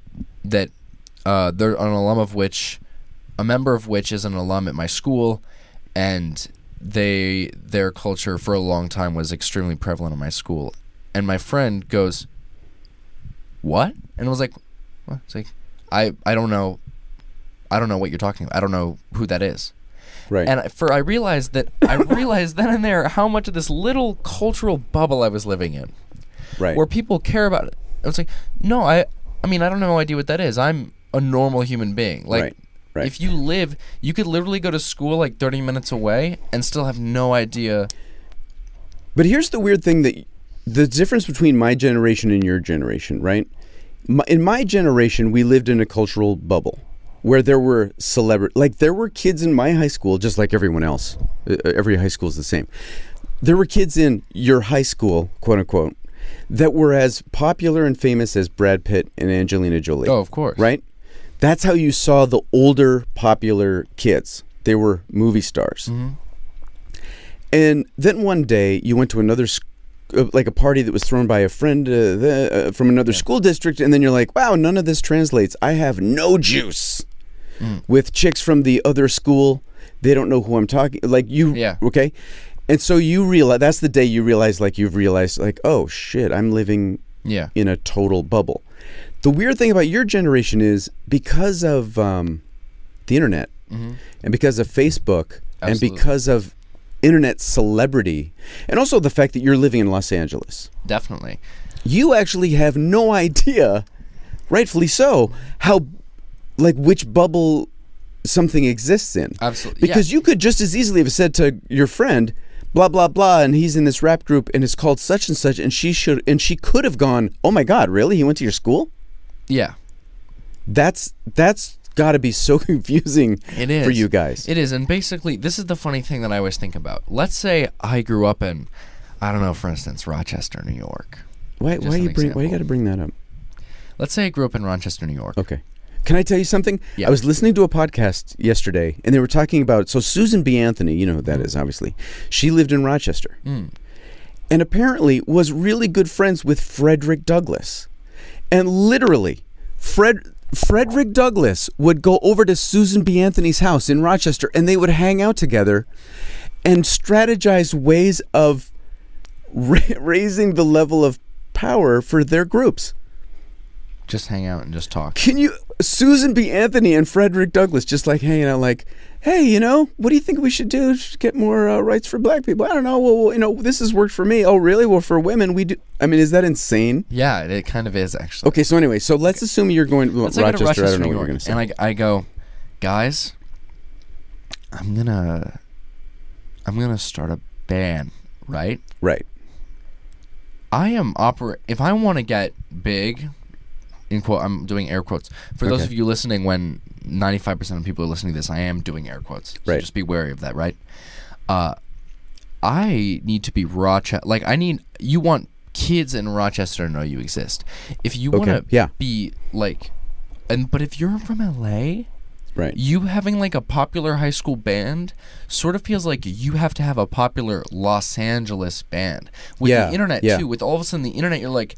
that uh, they're an alum of which, a member of which is an alum at my school, and they their culture for a long time was extremely prevalent in my school, and my friend goes, "What?" And I was like, "What?" It's like, "I I don't know, I don't know what you're talking about. I don't know who that is."
Right.
And I, for I realized that I realized then and there how much of this little cultural bubble I was living in,
right.
where people care about it. I was like, "No, I I mean I don't have no idea what that is. I'm a normal human being. Like."
right. Right.
If you live, you could literally go to school like 30 minutes away and still have no idea.
But here's the weird thing that the difference between my generation and your generation, right? My, in my generation, we lived in a cultural bubble where there were celebrity, like there were kids in my high school, just like everyone else. Uh, Every high school is the same. There were kids in your high school, quote unquote, that were as popular and famous as Brad Pitt and Angelina Jolie.
Oh, of course.
Right? That's how you saw the older, popular kids. They were movie stars.
Mm-hmm.
And then one day you went to another, sc- uh, like a party that was thrown by a friend uh, the, uh, from another school district, and then you're like, wow, none of this translates. I have no juice
Mm.
with chicks from the other school. They don't know who I'm talking. Like you,
Yeah.
okay. And so you realize that's the day you realize, like you've realized, like, oh shit, I'm living
Yeah.
in a total bubble. The weird thing about your generation is because of um, the internet and because of Facebook and
Absolutely.
because of internet celebrity and also the fact that you're living in Los Angeles,
Definitely.
you actually have no idea, rightfully so, how, like, which bubble something exists in.
Absolutely.
Because you could just as easily have said to your friend, blah blah blah, and he's in this rap group and it's called such and such, and she should and she could have gone, oh my god, really? He went to your school?
yeah.
That's that's got to be so confusing
yeah. It is.
for you guys.
It is. And basically, this is the funny thing that I always think about. Let's say I grew up in, I don't know, for instance, Rochester, New York.
why
just
why
an
you bring why you
example.
got to bring that up?
Let's say I grew up in Rochester, New York.
Okay. Can I tell you something?
Yeah.
I was listening to a podcast yesterday, and they were talking about so Susan B. Anthony, you know who that
Mm.
is, obviously. She lived in Rochester, and apparently was really good friends with Frederick Douglass, and literally, Fred Frederick Douglass would go over to Susan B. Anthony's house in Rochester, and they would hang out together, and strategize ways of ra- raising the level of power for their groups.
Just hang out and just talk.
Can you Susan B. Anthony and Frederick Douglass just like hanging out like, hey, you know, what do you think we should do to get more uh, rights for black people? I don't know. Well, you know, this has worked for me. Oh, really? Well, for women, we do. I mean, is that insane?
Yeah, it, it kind of is, actually.
Okay, so anyway, so let's assume you're going well,
Let's say I go
Rochester.
to
I don't know
New
what
York,
you're going to say.
And I, I go, guys, I'm going to, I'm going to start a band, right?
right.
I am opera. If I want to get big, in quote, I'm doing air quotes. For those
Okay.
of you listening, when 95% of people are listening to this, I am doing air quotes. So
Right.
Just be wary of that, right? Uh, I need to be Rochester. Like, I need. You want kids in Rochester to know you exist. If you
Okay,
want to
yeah.
be like. And but if you're from LA,
Right.
you having like a popular high school band sort of feels like you have to have a popular Los Angeles band with
Yeah,
the internet
yeah.
too. With all of a sudden the internet, you're like,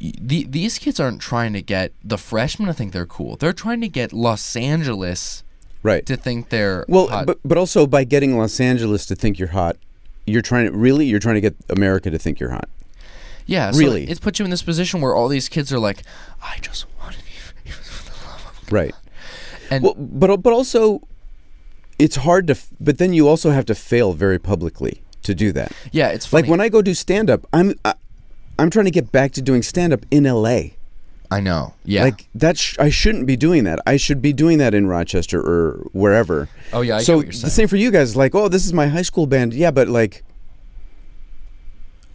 y- the, these kids aren't trying to get the freshmen to think they're cool. They're trying to get Los Angeles
Right.
to think they're
well,
hot.
but but also by getting Los Angeles to think you're hot, you're trying to really you're trying to get America to think you're hot.
yeah, so
really.
it puts you in this position where all these kids are like, I just want to be.
Right.
And-
well, but but also, it's hard to. f- But then you also have to fail very publicly to do that.
Yeah, it's funny.
Like when I go do stand up, I'm I, I'm trying to get back to doing stand up in L.A.
I know. Yeah.
Like that, sh- I shouldn't be doing that. I should be doing that in Rochester or wherever.
Oh, yeah, I get
so
what you're
the
saying.
same for you guys. Like, oh, this is my high school band. Yeah, but like,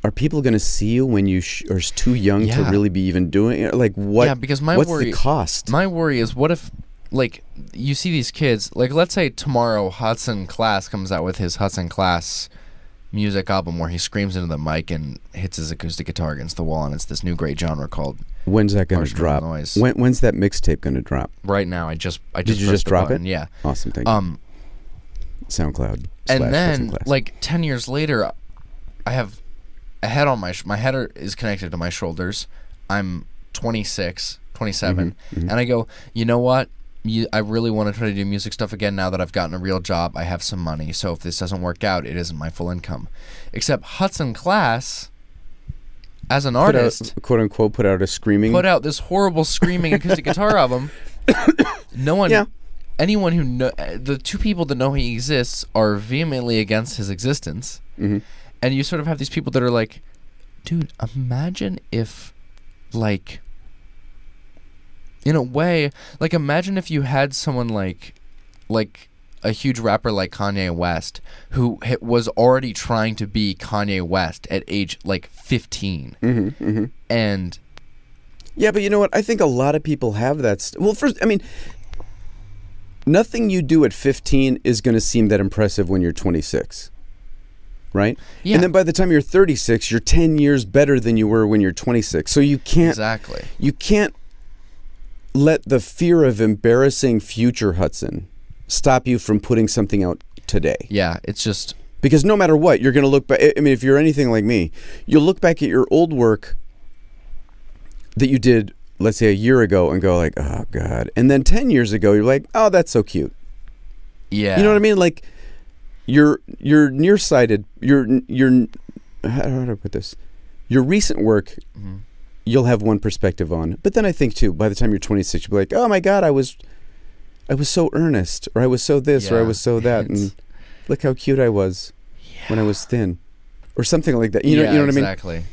are people going to see you when you sh- are too young to
Yeah.
really be even doing it? Like, what?
Yeah, because my
what's
worry-
the cost?
My worry is what if like you see these kids like let's say tomorrow Hudson Class comes out with his Hudson Class music album where he screams into the mic and hits his acoustic guitar against the wall and it's this new great genre called
When's that going to
Marshmallow
drop?
Noise.
When, when's that mixtape going to drop?
right now I just I
Did
just
you
pressed
just
the
drop
button.
it?
Yeah.
Awesome, thank you.
Um
SoundCloud. slash
and
Hudson
then
Class.
like 10 years later I have a head on my sh- my head are, is connected to my shoulders. I'm 26, 27 and I go, "You know what? mu- I really want to try to do music stuff again now that I've gotten a real job. I have some money, so if this doesn't work out, it isn't my full income. Except Hudson Class, as an
Put out-
artist,
quote unquote, put out a screaming.
put out this horrible screaming acoustic guitar album. No one,
Yeah.
anyone who know the two people that know he exists are vehemently against his existence,
Mhm.
and you sort of have these people that are like, dude, imagine if, like, in a way, like imagine if you had someone like, like a huge rapper like Kanye West who ha- was already trying to be Kanye West at age like 15
Mhm, mhm.
and
Yeah, but you know what? I think a lot of people have that. St- well, first, I mean, nothing you do at 15 is going to seem that impressive when you're 26, right?
yeah
And then by the time you're 36, you're 10 years better than you were when you're 26. So you can't
exactly
you can't let the fear of embarrassing future Hudson stop you from putting something out today.
Yeah, it's just
Because no matter what, you're going to look back. I mean, if you're anything like me, you'll look back at your old work that you did, let's say, a year ago and go, like, oh, God. And then 10 years ago, you're like, oh, that's so cute.
yeah.
You know what I mean? Like, you're, you're nearsighted. You're, you're, how do I put this? Your recent work
Mhm.
you'll have one perspective on. But then I think too, by the time you're 26, you'll be like, oh my god, I was, I was so earnest, or I was so this, or I
Yeah,
was so that,
it's-
and look how cute I was when I was thin, or something like that. You know,
Yeah,
you know what I mean?
exactly.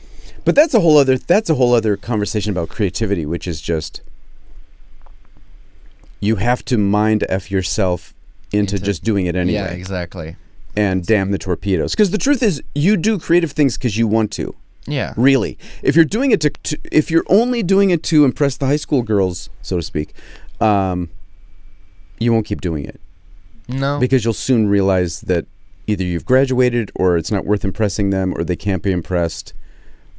But that's a whole other that's a whole other conversation about creativity, which is just you have to mind f yourself into,
Into-
just doing it anyway
Yeah, exactly.
and damn the torpedoes. Because the truth is, you do creative things because you want to.
Yeah.
Really, if you're doing it to, to if you're only doing it to impress the high school girls, so to speak, um, you won't keep doing it
No.
because you'll soon realize that either you've graduated or it's not worth impressing them or they can't be impressed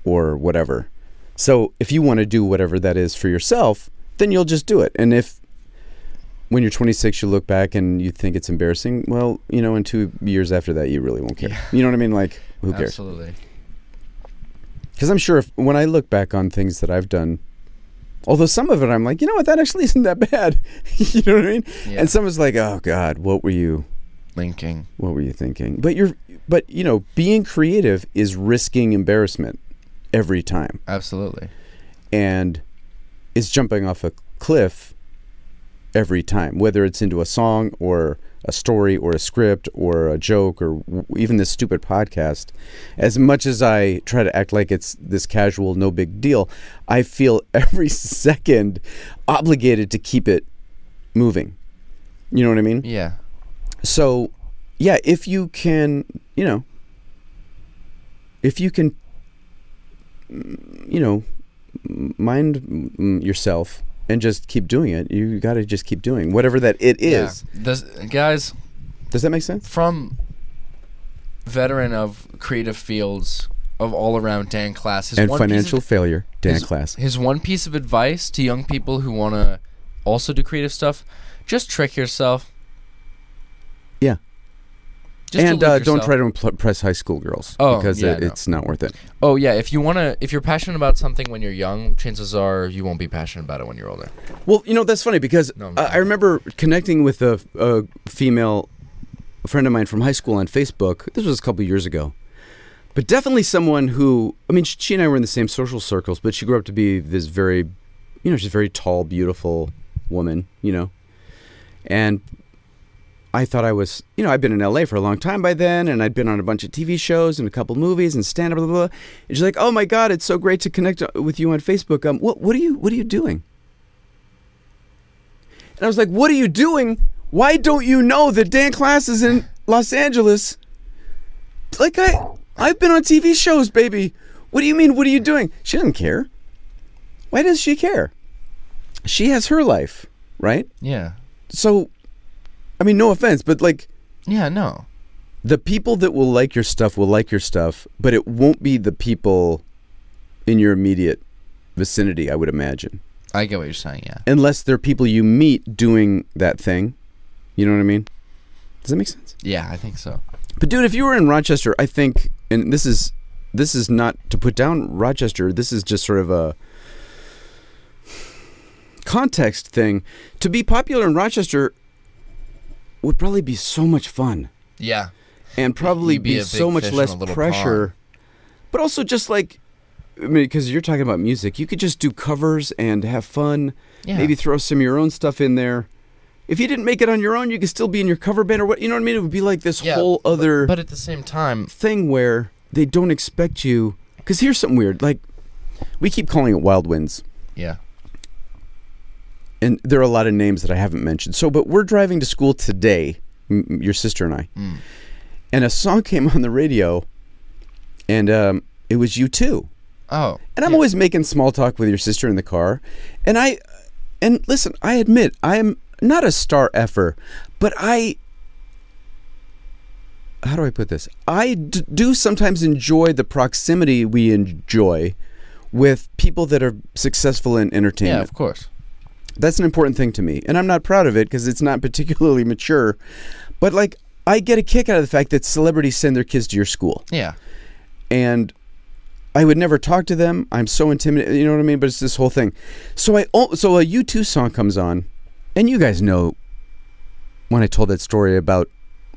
or whatever. So if you want to do whatever that is for yourself, then you'll just do it. And if when you're 26 you look back and you think it's embarrassing, well, you know, in 2 years after that you really won't care.
Yeah.
You know what I mean? Like who cares?
Absolutely.
Because I'm sure if, when I look back on things that I've done, although some of it I'm like, you know what, that actually isn't that bad. you know what I mean?
Yeah.
And some is like, oh God, what were you,
Linking.
what were you thinking? But you're, but you know, being creative is risking embarrassment every time,
Absolutely.
and it's jumping off a cliff every time, whether it's into a song or a story or a script or a joke or w- even this stupid podcast as much as I try to act like it's this casual, no big deal, I feel every second obligated to keep it moving. You know what I mean?
Yeah.
So, yeah, if you can, you know, if you can, mm, you know, m- mind mm, yourself and just keep doing it, you got to just keep doing whatever that it is.
Yeah. This, guys,
Does that make sense?
from veteran of creative fields of all around Dan class his
and
one piece of-
financial failure, Dan
his-
class.
His one piece of advice to young people who want to also do creative stuff, just trick yourself.
Yeah.
Just
and
delude
uh, don't
yourself.
try to impl- impress high school girls
Oh,
because
yeah,
it,
no.
it's not worth it.
Oh yeah, if you want to if you're passionate about something when you're young, chances are you won't be passionate about it when you're older.
Well, you know that's funny because
No, I'm
uh, I
kidding.
remember connecting with a, a female friend of mine from high school on Facebook. This was a couple years ago, but definitely someone who I mean, sh- she and I were in the same social circles, but she grew up to be this very, you know, she's a very tall, beautiful woman, you know, and. I thought I was, you know, I'd been in LA for a long time by then, and I'd been on a bunch of TV shows and a couple movies and stand up, blah, blah, blah. And she's like, "Oh my God, it's so great to connect uh, with you on Facebook. Um, what, what are you, what are you doing?" And I was like, what are you doing? Why don't you know that Dan Class is in Los Angeles? Like I I've been on TV shows, baby. What do you mean what are you doing? She doesn't care. Why does she care? She has her life, right?
Yeah.
So I mean no offense, but like
Yeah, no.
the people that will like your stuff will like your stuff, but it won't be the people in your immediate vicinity, I would imagine.
I get what you're saying, yeah.
Unless they're people you meet doing that thing. You know what I mean? Does that make sense?
Yeah, I think so.
But dude, if you were in Rochester, I think, and this is this is not to put down Rochester. This is just sort of a context thing, to be popular in Rochester would probably be so much fun
Yeah.
and probably
You'd be
be,
a
so
big
much
fish in
less
a little
pressure. But also just like I mean, because you're talking about music, you could just do covers and have fun.
Yeah.
Maybe throw some of your own stuff in there. If you didn't make it on your own, you could still be in your cover band or what. You know what I mean? It would be like this
Yeah,
whole other
But at the same time,
thing where they don't expect you. Because here's something weird. Like we keep calling it Wild Winds,
yeah.
and there are a lot of names that I haven't mentioned. So, but we're driving to school today, m- m- your sister and I,
Mm.
and a song came on the radio, and um, it was you too.
Oh.
And I'm
yeah.
always making small talk with your sister in the car. And I and listen, I admit I am not a star effer, but I how do I put this? I d- do sometimes enjoy the proximity we enjoy with people that are successful in
Yeah,
entertainment.
of course.
That's an important thing to me. And I'm not proud of it because it's not particularly mature. But like I get a kick out of the fact that celebrities send their kids to your school
Yeah. oh,
and I would never talk to them. I'm so intimidated. You know what I mean? But it's this whole thing. So I al- so a U2 song comes on, and you guys know when I told that story about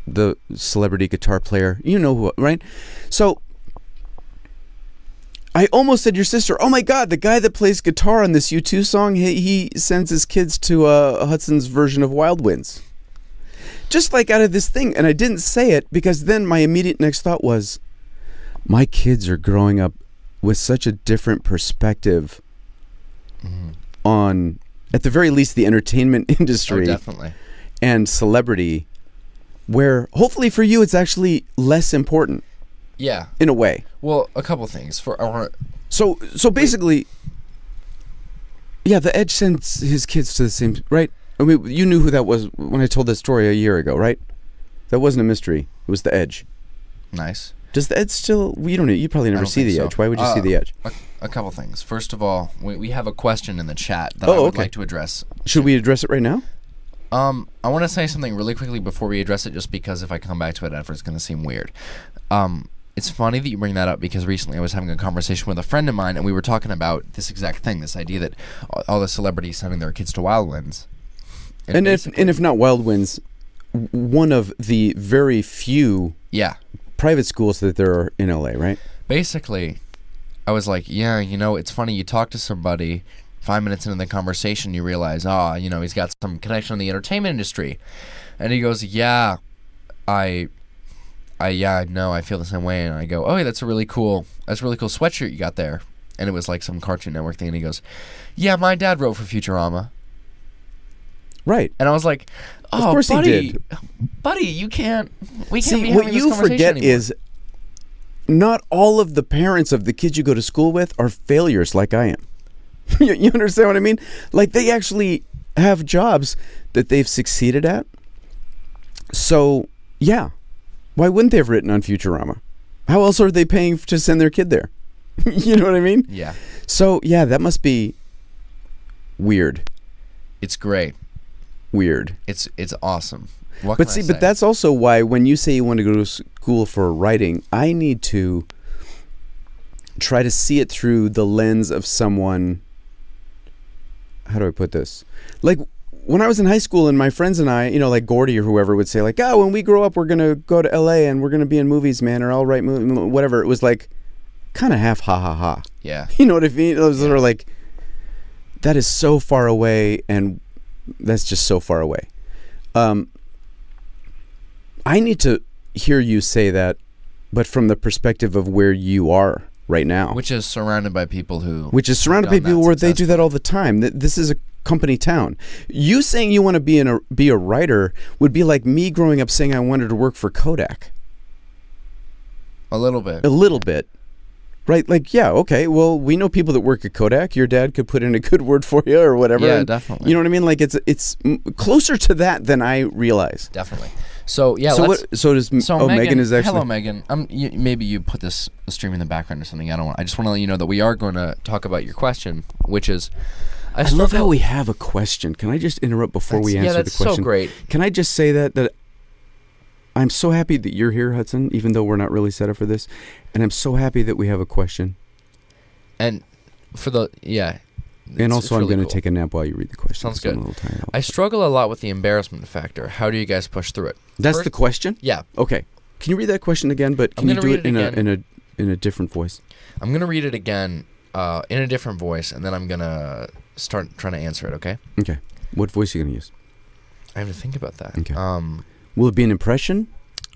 the celebrity guitar player. You know who, right? So I almost said your sister. Oh my God, the guy that plays guitar on this U2 song, he, he sends his kids to uh, Hudson's version of Wild Winds. Just like out of this thing, and I didn't say it because then my immediate next thought was, my kids are growing up with such a different perspective
Mhm.
on at the very least the entertainment
Oh,
industry
definitely.
and celebrity where hopefully for you it's actually less important
Yeah.
in a way
Well, a couple things. For I want to.
so so basically yeah the edge sends his kids to the same right i mean you knew who that was when i told that story a year ago right that wasn't a mystery it was the edge
Nice.
does the edge still you don't know you probably never
don't
see
think
the
so.
edge why would you see
Uh,
the edge
A, a couple things. First of all, we, we have a question in the chat that I
Oh,
would
okay.
like to address.
should we address it right now
Um, I want to say something really quickly before we address it, just because if I come back to it after, it's going to seem weird. Um, it's funny that you bring that up because recently I was having a conversation with a friend of mine, and we were talking about this exact thing, this idea that all- all the celebrities sending their kids to Wildlands.
and if and if not Wild Winds, w- one of the very few
yeah,
private schools that there are in LA, right?
basically, I was like, yeah, you know, it's funny. You talk to somebody, five minutes into the conversation, you realize, ah, you know, he's got some connection in the entertainment industry, and he goes, yeah, I, I, yeah, I know, I feel the same way, and I go, oh, yeah, that's a really cool, that's a really cool sweatshirt you got there, and it was like some Cartoon Network thing, and he goes, yeah, my dad wrote for Futurama,
Right.
and I was like,
Of
oh,
course he
buddy,
did.
buddy, you can't, we can't be
See,
having
what
this
you
conversation
forget
anymore.
is not all of the parents of the kids you go to school with are failures like I am. you, you understand what I mean? Like they actually have jobs that they've succeeded at. So, yeah. Why wouldn't they have written on Futurama? How else are they paying to send their kid there? you know what I mean?
yeah.
So yeah, that must be weird.
It's great.
Weird.
It's it's awesome. What
But
can
see,
I say?
but that's also why when you say you want to go to school for writing, I need to try to see it through the lens of someone. How do I put this? Like when I was in high school, and my friends and I, you know, like Gordy or whoever would say, like, "Oh, when we grow up, we're gonna go to L.A. and we're gonna be in movies, man, or I'll write movie, whatever." It was like kind of half ha ha ha.
yeah,
You know what I mean? It was sort of like that is so far away, and that's just so far away. Um, I need to hear you say that, but from the perspective of where you are right now, which,
which is surrounded by people who
is surrounded by
done that
people where they do that all the time. Th- This is a company town. You saying you want to be in a be a writer would be like me growing up saying I wanted to work for Kodak
a little bit.
a little bit. Right, like yeah, okay. Well, we know people that work at Kodak. Your dad could put in a good word for you or whatever.
Yeah,
and-
definitely.
You know what I mean? Like it's it's mm, closer to that than I realize.
Definitely. So yeah,
so
let's,
what? So does
So
oh
Megan,
Megan is actually
hello Megan. Um, you, maybe you put this stream in the background or something. I don't want. I just want to let you know that we are going to talk about your question, which is I,
I love how
struggle-
we have a question. Can I just interrupt before we
That's-
answer
yeah, that's
the
so
question?
great.
Can I just say that that I'm so happy that you're here, Hudson. Even though we're not really set up for this, and I'm so happy that we have a question.
And for the yeah,
and also, I'm going to
take.
take a nap while you read the question.
Sounds
so I'm
good.
a little tired out.
I struggle a lot with the embarrassment factor. How do you guys push through it?
That's
first-
the question.
Yeah,
Okay. Can you read that question again? But
I'm
can you
gonna
do
read
it
it
in a
again.
in a in a different voice?
I'm gonna read it again uh, in a different voice, and then I'm gonna start trying to answer it. Okay,
Okay. What voice are you going to use?
I have to think about that.
Okay.
Um,
Will it be an impression?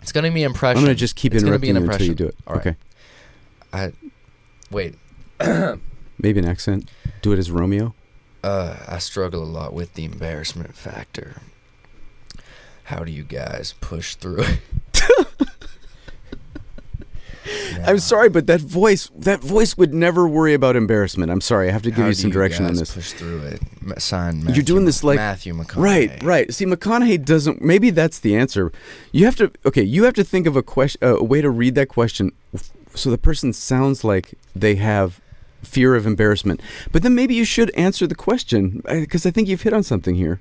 it's gonna be impression.
I'm going to just keep
It's gonna be
interrupting
an
you until you
impression.
do it.
All right.
Okay.
Wait,
Maybe an accent. Do it as Romeo.
uh, I struggle a lot with the embarrassment factor. How do you guys push through it?
I'm sorry, but that voice that voice would never worry about embarrassment. I'm sorry. I have to give
How
you
do
some direction
guys
on this.
Push through it. Ma- Signed.
You're
Matthew
doing
Mc-
this like-
Matthew McConaughey.
Right, right. See, McConaughey doesn't. Maybe that's the answer. You have to. Okay, you have to think of a question, uh, a way to read that question, f- so the person sounds like they have fear of embarrassment. But then maybe you should answer the question because I think you've hit on something here.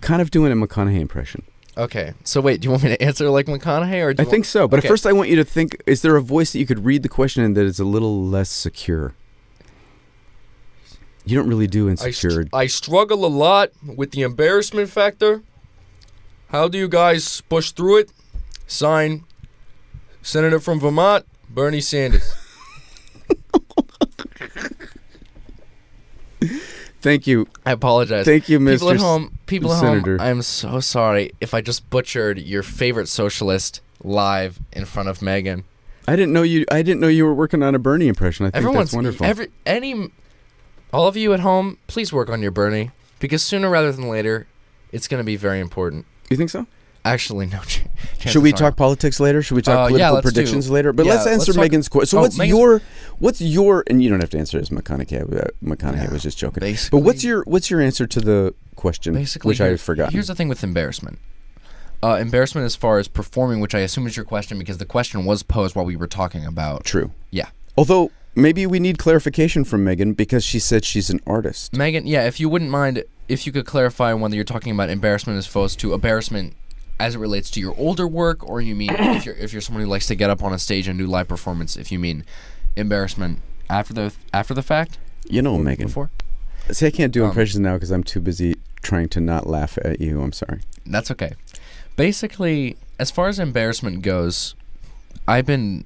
Kind of doing a McConaughey impression.
Okay. So wait, do you want me to answer like McConaughey, or do
I
you
think so. But
okay.
at first, I want you to think: Is there a voice that you could read the question in that is a little less secure? You don't really do
I, str-
insecure.
I struggle a lot with the embarrassment factor. How do you guys push through it? Sign, Senator from Vermont, Bernie Sanders.
Thank you,
I apologize.
thank you, Mr.
people at home, people at
Senator.
home, I'm so sorry if I just butchered your favorite socialist live in front of Megan.
I didn't know you. I didn't know you were working on a Bernie impression. I think
Everyone's e-
that's wonderful.
Every any, all of you at home, please work on your Bernie because sooner rather than later, it's going to be very important.
you think so?
Actually, no. ch-
Should we
chances are
talk politics later? Should we talk
Uh, yeah,
political
let's
predictions
do-
later? But
yeah,
let's
let's
answer
talk-
Megan's question. So
oh,
what's
Megan's-
your, what's your, and you don't have to answer it as McConaughey. uh, McConaughey
No,
was just joking.
Basically,
But what's your what's your answer to the question?
basically
which I
here-
forgot.
Here's the thing with embarrassment. Uh, embarrassment as far as performing, which I assume is your question because the question was posed while we were talking about.
True.
Yeah.
Although maybe we need clarification from Megan because she said she's an artist.
Megan, yeah, if you wouldn't mind, if you could clarify whether you're talking about embarrassment as opposed to embarrassment as it relates to your older work, or you mean if you're if you're someone who likes to get up on a stage and do live performance, if you mean embarrassment after the after the fact,
You know, Megan.
before
See, I can't do
Um,
impressions now because I'm too busy trying to not laugh at you. I'm sorry.
that's okay. Basically, as far as embarrassment goes, I've been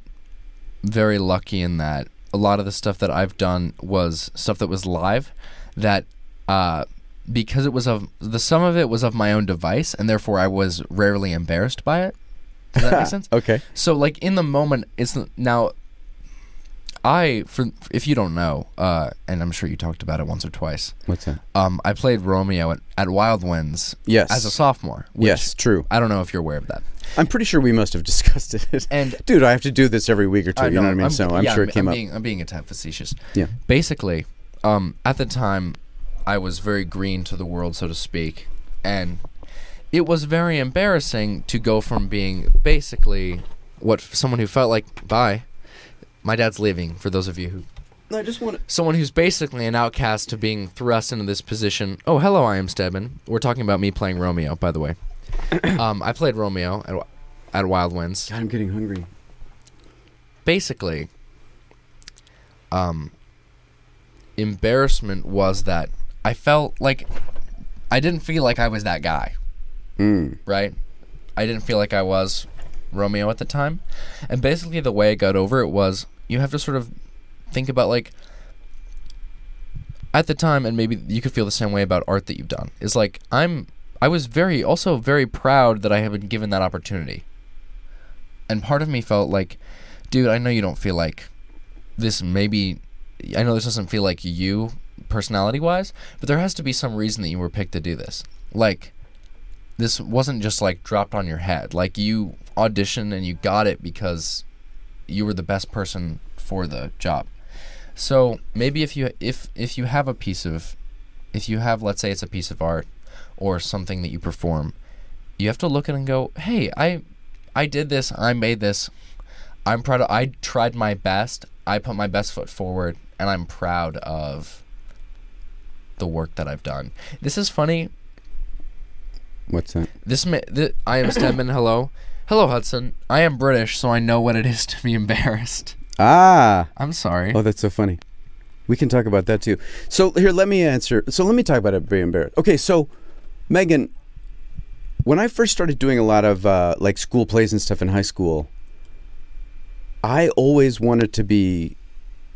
very lucky in that a lot of the stuff that I've done was stuff that was live that uh, because it was of the sum of it was of my own device and therefore I was rarely embarrassed by it. Does that make sense?
Okay.
So like in the moment it's n- now I for if you don't know uh, and I'm sure you talked about it once or twice.
What's that?
Um, I played Romeo at, at Wild Winds
Yes.
as a sophomore. Which
yes. True.
I don't know if you're aware of that.
I'm pretty sure we must have discussed it.
And
Dude, I have to do this every week or two.
I
you know what I mean?
I'm-
so I'm
yeah,
sure it came
I'm
up.
Being, I'm being a tad facetious.
Yeah.
Basically, um, at the time, I was very green to the world, so to speak, and it was very embarrassing to go from being basically what someone who felt like bye, my dad's leaving. For those of you who
I just want to.
someone who's basically an outcast to being thrust into this position. Oh, hello, I am Stebbin. We're talking about me playing Romeo, by the way. um, I played Romeo at, at Wild Winds
God, I'm getting hungry.
basically, um, embarrassment was that I felt like I didn't feel like I was that guy,
Mm.
right? I didn't feel like I was Romeo at the time. And basically, the way I got over it was you have to sort of think about, like, at the time, and maybe you could feel the same way about art that you've done, is like, I'm. I was very, also very proud that I had been given that opportunity. And part of me felt like dude, I know you don't feel like this. Maybe I know this doesn't feel like you personality wise, but there has to be some reason that you were picked to do this. Like, this wasn't just like dropped on your head. Like you auditioned and you got it because you were the best person for the job. So maybe if you if if you have a piece of if you have let's say it's a piece of art or something that you perform, you have to look at it and go, "Hey, I I did this. I made this. I'm proud of, I tried my best. I put my best foot forward and I'm proud of the work that I've done. This is funny.
What's that?
This, ma- th- I am Stedman. Hello. Hello, Hudson. I am British, so I know what it is to be embarrassed.
Ah.
I'm sorry.
Oh, that's so funny. We can talk about that too. So here, let me answer. So let me talk about it being Barrett. Okay, so Megan, when I first started doing a lot of uh, like school plays and stuff in high school, I always wanted to be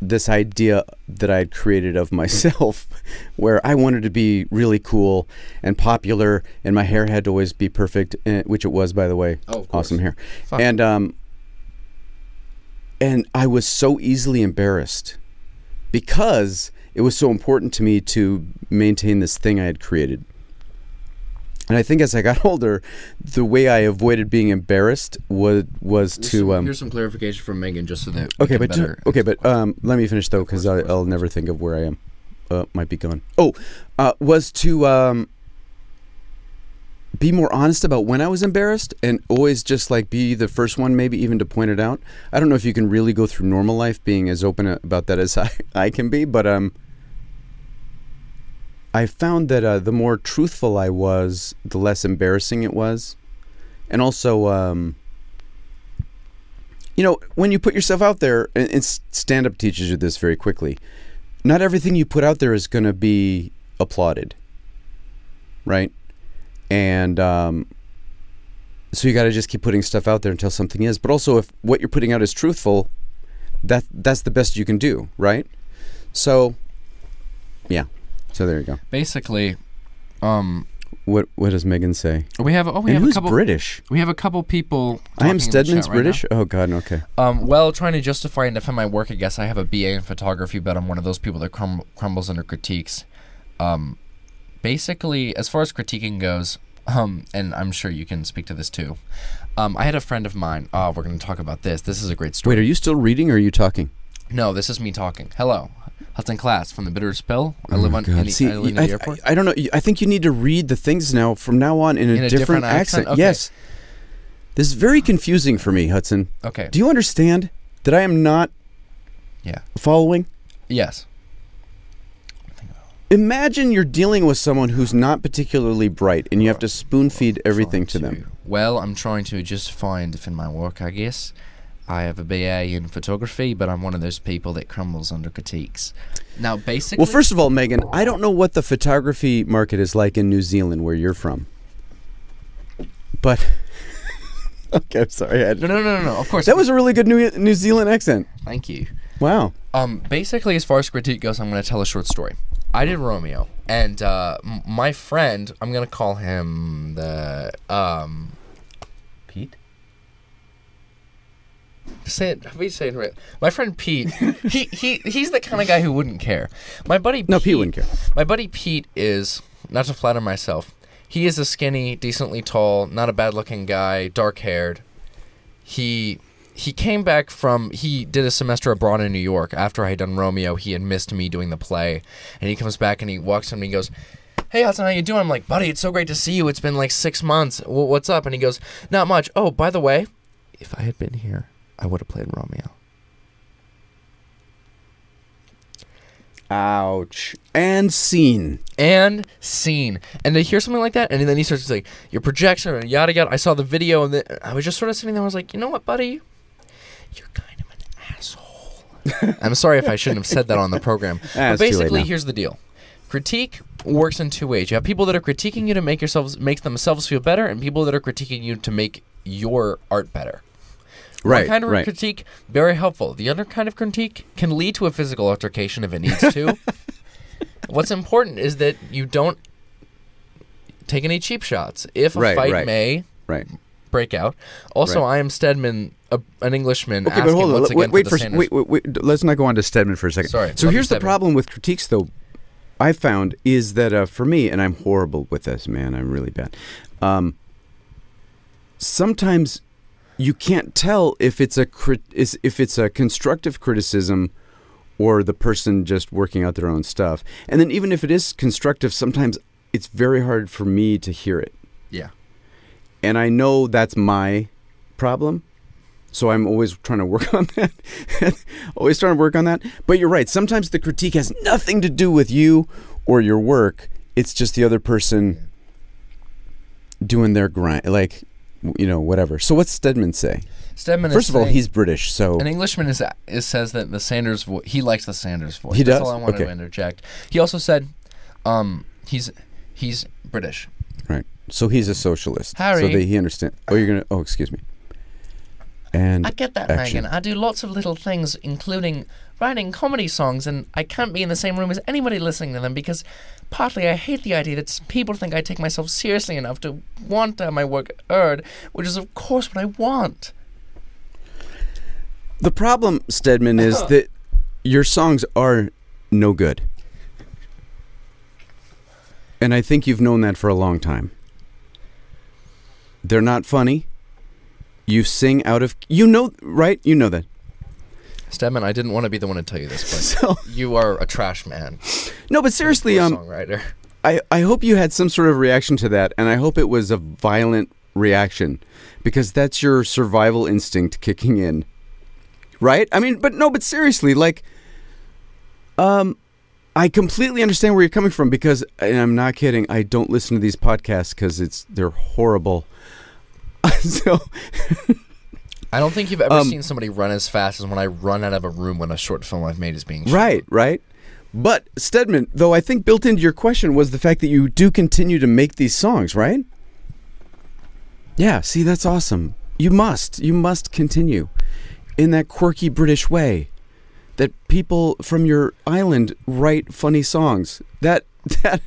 this idea that I had created of myself, where I wanted to be really cool and popular, and my hair had to always be perfect, eh, which it was, by the way.
Oh, of course.
awesome hair.
Fuck.
And um, and I was so easily embarrassed because it was so important to me to maintain this thing I had created. And I think as I got older, the way I avoided being embarrassed was was
Here's some-
to um,
here's some clarification from Megan, just so that we
Okay,
can
but
better,
okay, but um, let me finish though,
Of course,
because
of course,
I'll
of
never think of where I am. Uh, might be gone. Oh, uh, was to um, be more honest about when I was embarrassed, and always just like be the first one, maybe even to point it out. I don't know if you can really go through normal life being as open about that as I, I can be, but um, I found that uh, the more truthful I was, the less embarrassing it was, and also, um, you know, when you put yourself out there, and, and stand up teaches you this very quickly. Not everything you put out there is going to be applauded, right? And um, so you got to just keep putting stuff out there until something is. But also, if what you're putting out is truthful, that that's the best you can do, right? So, yeah. So there you go.
basically, um,
What what does Megan say?
we have oh we
and
have a
who's
couple
British?
we have a couple people.
I
talking in
am
the
Stedman's
chat right now.
British. Oh God, no, okay.
Um, well, trying to justify and defend my work, I guess I have a BA in photography, but I'm one of those people that crum- crumbles under critiques. Um, basically, as far as critiquing goes, um, and I'm sure you can speak to this too. Um, I had a friend of mine. Oh, we're going to talk about this. This is a great story.
Wait, are you still reading or are you talking?
No, this is me talking. Hello, Hudson Class from the Bitterest Pill. I live on in the,
Oh See,
I live in the
I,
airport.
I, I don't know. I think you need to read the things now from now on in a,
In a different accent? Okay.
Yes. This is very confusing for me, Hudson.
okay.
Do you understand that I am not
Yeah.
following?
Yes.
Imagine you're dealing with someone who's not particularly bright and you have to spoon feed everything to
trying
them.
Well, I'm trying to justify and defend my work, I guess. I have a BA in photography, but I'm one of those people that crumbles under critiques. Now, basically,
Well, first of all, Megan, I don't know what the photography market is like in New Zealand where you're from. But Okay, I'm sorry. I had
no, no, no, no, no. Of course,
That was a really good New, New Zealand accent.
Thank you.
Wow.
Um, basically, as far as critique goes, I'm going to tell a short story. I did Romeo, and uh, m- my friend, I'm going to call him the um, Pete. Say it. How do you say it? right? My friend Pete. he he he's the kind of guy who wouldn't care. My buddy.
No, Pete wouldn't care.
My buddy Pete is not to flatter myself. He is a skinny, decently tall, not a bad-looking guy, dark-haired. He he came back from he did a semester abroad in New York after I had done Romeo. He had missed me doing the play, and he comes back and he walks up and he goes. Hey Hudson, how you doing? I'm like, buddy, it's so great to see you. It's been like six months. W- what's up? And he goes, not much. Oh, by the way, if I had been here, I would have played Romeo.
Ouch. And scene.
and scene. And they hear something like that, and then he starts like your projection and yada yada. I saw the video, and then I was just sort of sitting there. I was like, you know what, buddy, you're kind of an asshole. I'm sorry if I shouldn't have said that on the program.
Ah,
but
it's too late
basically,
now.
here's the deal: critique works in two ways. You have people that are critiquing you to make yourselves make themselves feel better, and people that are critiquing you to make your art better.
Right.
One kind of
right.
critique, very helpful. The other kind of critique can lead to a physical altercation if it needs to. What's important is that you don't take any cheap shots. If a
Right,
fight
right.
may
right.
break out. Also,
Right.
I am Stedman, a, an Englishman,
Okay, but
asking
hold on.
once
Wait,
again
wait
for
for
the
s-
standards.
wait, wait, wait. d- Let's not go on to Stedman for a second.
Sorry,
So
love you,
here's the
Stedman.
problem with critiques, though. I found is that uh, for me, and I'm horrible with this, man. I'm really bad. Um, sometimes you can't tell if it's a crit- is if it's a constructive criticism or the person just working out their own stuff. And then even if it is constructive, sometimes it's very hard for me to hear it.
Yeah.
and I know that's my problem. So I'm always trying to work on that. always trying to work on that. But you're right. Sometimes the critique has nothing to do with you or your work. It's just the other person doing their grind. Like you know, whatever. So what's Stedman say?
Stedman. is
First of all,
saying-
he's British, so
an Englishman is, is says that the Sanders vo- he likes the Sanders voice.
He
That's
does?
all I wanted
Okay.
to interject. He also said, um, he's he's British.
right. So he's a socialist. So
Harry.
that he understand. Oh, you're gonna. Oh, excuse me. And
I get that,
Mm. action.
Megan. I do lots of little things, including writing comedy songs, and I can't be in the same room as anybody listening to them because partly I hate the idea that s- people think I take myself seriously enough to want to have my work heard, which is, of course, what I want.
the problem, Stedman, is that your songs are no good. And I think you've known that for a long time. They're not funny. You sing out of you know right. You know that.
Stedman, I didn't want to be the one to tell you this,
So
but you are a trash man.
no, but seriously,
You're a
um,
songwriter.
I, I hope you had some sort of reaction to that, and I hope it was a violent reaction because that's your survival instinct kicking in. Right? I mean, but no, but seriously, like, um, I completely understand where you're coming from because, and I'm not kidding, I don't listen to these podcasts because it's they're horrible. so
I don't think you've ever
Um,
seen somebody run as fast as when I run out of a room when a short film I've made is being shot.
Right, right. But Stedman, though I think built into your question was the fact that you do continue to make these songs, right? Yeah, see that's awesome. You must. You must continue in that quirky British way that people from your island write funny songs. That that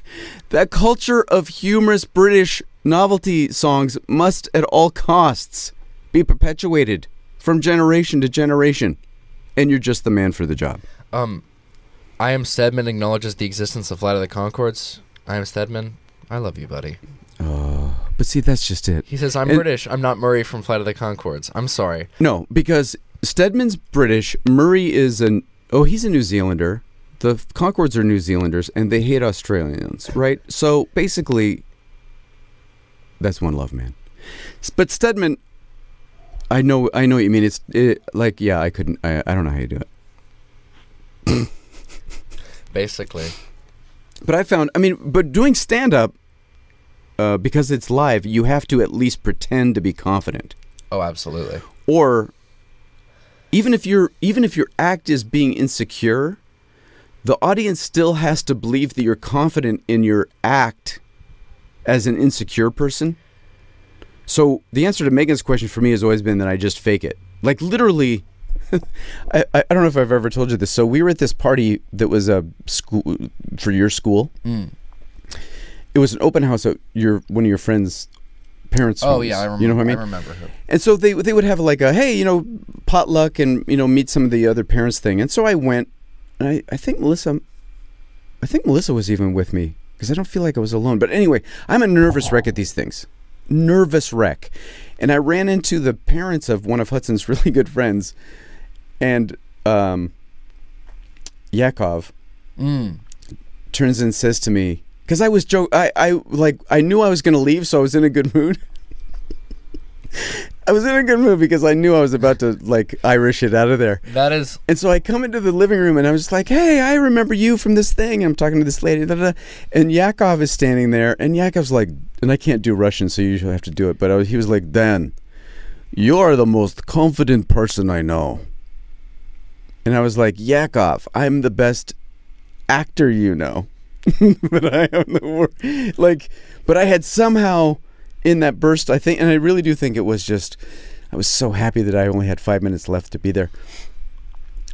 that culture of humorous British novelty songs must at all costs be perpetuated from generation to generation. And you're just the man for the job.
Um, I am Stedman acknowledges the existence of Flight of the Concords. I am Stedman. I love you, buddy.
Oh, but see, that's just it.
He says, I'm
And-
British. I'm not Murray from Flight of the Concords. I'm sorry.
No, because Stedman's British. Murray is an oh, he's a New Zealander. The Concords are New Zealanders, and they hate Australians, right? So basically, that's one love, man. S- But Stedman, I know, I know what you mean. It's it, like, yeah, I couldn't. I, I don't know how you do it.
Basically.
But I found, I mean, but doing stand up. Uh, because it's live, you have to at least pretend to be confident.
Oh, absolutely.
or even if your even if your act is being insecure the audience still has to believe that you're confident in your act as an insecure person so the answer to megan's question for me has always been that i just fake it like literally I, I I don't know if i've ever told you this so we were at this party that was a school for your school
Mm.
it was an open house at your one of your friends parents
Oh,
homes.
yeah, I remember.
you know what i mean
remember her.
and so they they would have like a hey, you know, potluck and you know meet some of the other parents thing. And so I went, and I, I think Melissa, I think Melissa was even with me because I don't feel like I was alone. But anyway, I'm a nervous wreck at these things, nervous wreck. And I ran into the parents of one of Hudson's really good friends, and um, Yakov
Mm.
turns and says to me because I was joke I, I like I knew I was gonna leave so I was in a good mood I was in a good mood because I knew I was about to like Irish it out of there
That is
and so I come into the living room and I was just like hey I remember you from this thing and I'm talking to this lady da, da, da. and Yakov is standing there and Yakov's like and I can't do Russian so you usually have to do it but I was, he was like Dan you're the most confident person I know and I was like Yakov I'm the best actor you know but I am the worst. Like, but I had somehow in that burst, I think, and I really do think it was just, I was so happy that I only had five minutes left to be there.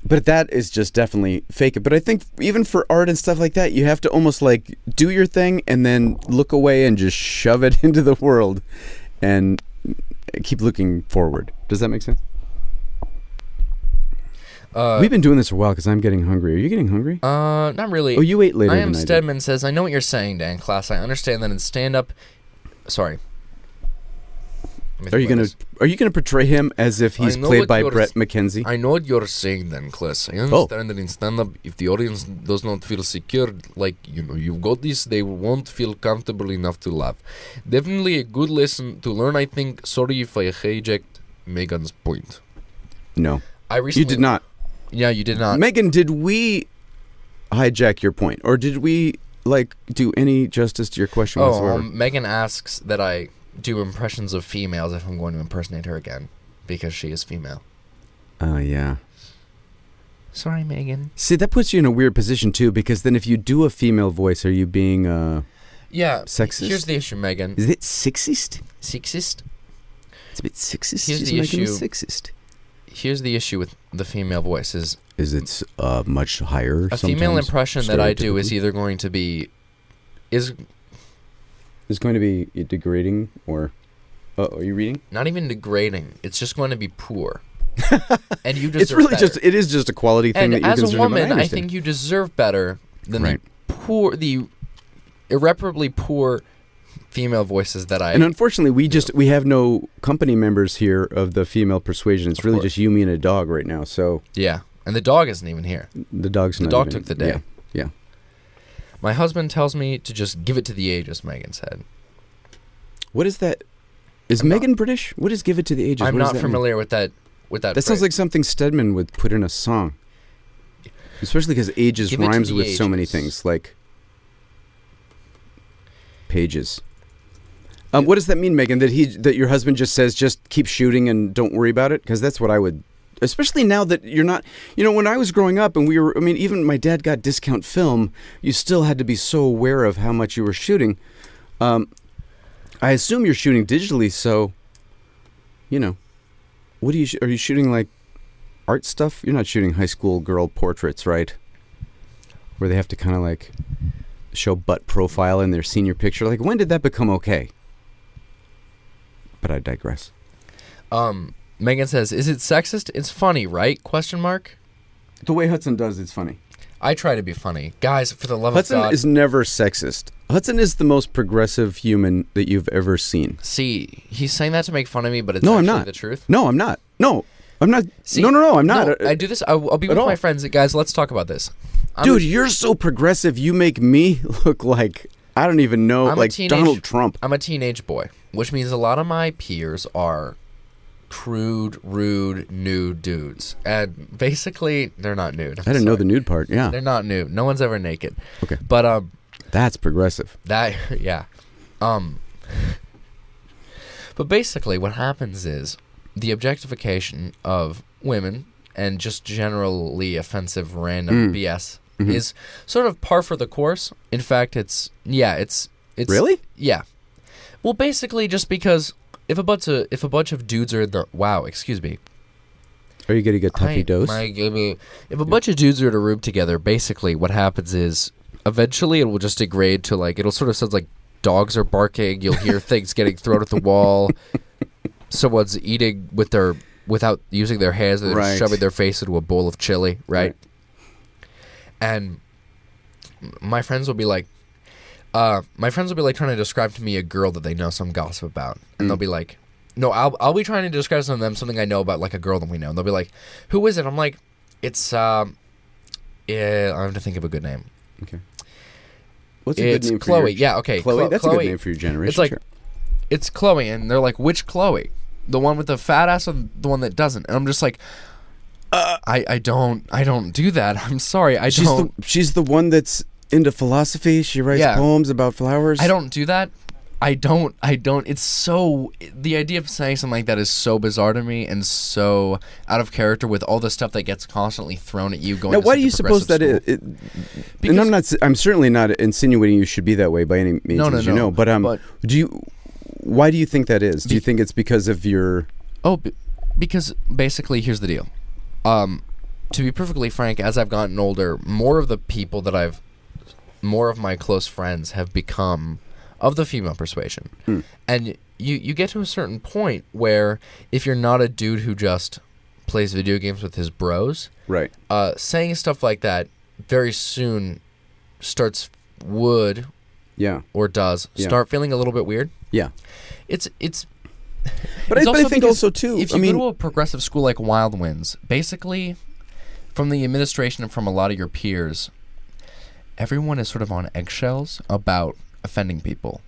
But that is just definitely fake it. But I think even for art and stuff like that, you have to almost like do your thing and then look away and just shove it into the world and keep looking forward. Does that make sense?
uh,
We've been doing this for a while because I'm getting hungry. Are you getting hungry?
uh not really.
Oh, you ate later
I
than
am
I did.
Stedman says, I know what you're saying, Dan Class. I understand that in stand up sorry. Let me
Are
think
you
about
gonna
this.
Are you gonna portray him as if
I
he's
know
played
what
by
you're
Brett
s-
McKenzie?
I know what you're saying, Dan Class.
Oh.
I understand that in stand up if the audience does not feel secure, like you know, you've got this, they won't feel comfortable enough to laugh. Definitely a good lesson to learn, I think. Sorry if I hijacked Megan's point.
no,
I recently
you did not.
Yeah, you did not.
Megan, did we hijack your point, or did we like do any justice to your question
Oh,
whatsoever?
um, Megan asks that I do impressions of females if I'm going to impersonate her again because she is female.
Oh yeah.
Sorry, Megan.
See, that puts you in a weird position too, because then if you do a female voice, are you being uh,
Yeah.
sexist?
Here's the issue, Megan.
Is it sexist?
Sexist?
It's a bit sexist.
Here's
Is
the
Megan a
issue.
Sexist.
Here's the issue with the female voice is
Is it uh, much higher?
a female impression that I do is either going to be is
It's going to be degrading, or oh, are you reading?
not even degrading. It's just going to be poor. and you deserve
It's really
better.
just it is just a quality thing
and
that you're
as a
concerned
woman,
about.
I, think you deserve better than
Right.
the poor, the irreparably poor female voices that I.
and unfortunately, we just we have no company members here of the female persuasion. It's
Of
really
course.
just you, me, and a dog right now. So
yeah, and the dog isn't even here.
the dog's
The
not
dog
even-
took the day.
Yeah. yeah.
My husband tells me to just give it to the ages. Megan said,
What is that? Is
I'm not-
Megan British? What is "Give It to the Ages"?
"I'm
What does
not
that mean?
familiar with that." With that.
That sounds
phrase.
like something Stedman would put in a song. Especially because ages
Give it to
rhymes
the
with so many
ages.
things, like pages. Um, what does that mean, Megan? That he, that your husband just says, just keep shooting and don't worry about it? Because that's what I would. Especially now that you're not, you know, when I was growing up and we were, I mean, even my dad got discount film. You still had to be so aware of how much you were shooting. Um, I assume you're shooting digitally, so, you know, what are you? Sh- are you shooting like art stuff? You're not shooting high school girl portraits, right? Where they have to kind of like show butt profile in their senior picture. Like, when did that become okay? But I digress.
Um, Megan says, "Is it sexist? It's funny, right?" Question mark.
The way Hudson does, it's funny.
I try to be funny, guys. For the love
Hudson
of Oh, God,
is never sexist. Hudson is the most progressive human that you've ever seen.
see, he's saying that to make fun of me, but it's
No, I'm
actually
not.
the truth.
No, I'm not. No, I'm not.
See,
no, no, no, I'm not.
No,
Uh,
I do this. I, will be
at
with
all.
my friends, guys. Let's talk about this. I'm
Dude, you're so progressive. You make me look like I don't even know,
I'm a
like
teenage-
Donald Trump.
I'm a teenage boy, which means a lot of my peers are crude, rude, nude dudes. And basically, they're not nude. I'm
I didn't know the
sorry.
nude part. Yeah,
They're not nude. No one's ever naked.
Okay.
But um
that's progressive.
that yeah. Um But basically what happens is the objectification of women and just generally offensive random
Mm.
BS
Mhm.
is sort of par for the course. In fact, it's yeah, it's it's
Really?
yeah. Well, basically, just because if a bunch of if a bunch of dudes are in the wow, excuse me,
Are you gonna get
I-
toffee dose?
my goodness. if a bunch of dudes are in a room together, basically what happens is eventually it will just degrade to like it'll sort of sound like dogs are barking. You'll hear things getting thrown at the wall. Someone's eating with their without using their hands. They're
Right.
shoving their face into a bowl of chili, right? And my friends will be like, uh, my friends will be like trying to describe to me a girl that they know some gossip about, and
Mm.
they'll be like, "No, I'll I'll be trying to describe some of them something I know about like a girl that we know." And they'll be like, "Who is it?" I'm like, "It's um, yeah, I have to think of a good name.
Okay. What's
it's Chloe. yeah, okay,
Chloe.
Chlo-
that's
Chloe.
a good name for your generation.
It's like
sure.
it's Chloe, and they're like, "Which Chloe? The one with the fat ass or the one that doesn't?" And I'm just like, uh, I I don't I don't do that. I'm sorry. I
she's
don't.
the she's the one that's into philosophy. She writes
Yeah.
poems about flowers.
I don't do that. I don't. I don't. It's so. The idea of saying something like that is so bizarre to me and so out of character with all the stuff that gets constantly thrown at you. Going.
Now,
to
why
such
do
a
you suppose that
progressive
it, it
school.
and
Because-
I'm not. s- I'm certainly not insinuating you should be that way by any means,
No, no,
as you
no,
know. But um,
but-
do you? Why do you think that is? Do you
Be-
think it's because of your?
Oh, b- because basically, here's the deal. Um, to be perfectly frank, as I've gotten older, more of the people that I've, more of my close friends have become of the female persuasion, and you you get to a certain point where if you're not a dude who just plays video games with his bros,
Right.
uh, saying stuff like that very soon starts would
Yeah.
or does
Yeah.
start feeling a little bit weird.
Yeah.
It's it's
But I,
It's
but I
also
think
because
also too.
if you
I mean,
go to a progressive school like Wild Winds, basically, from the administration and from a lot of your peers, everyone is sort of on eggshells about offending people.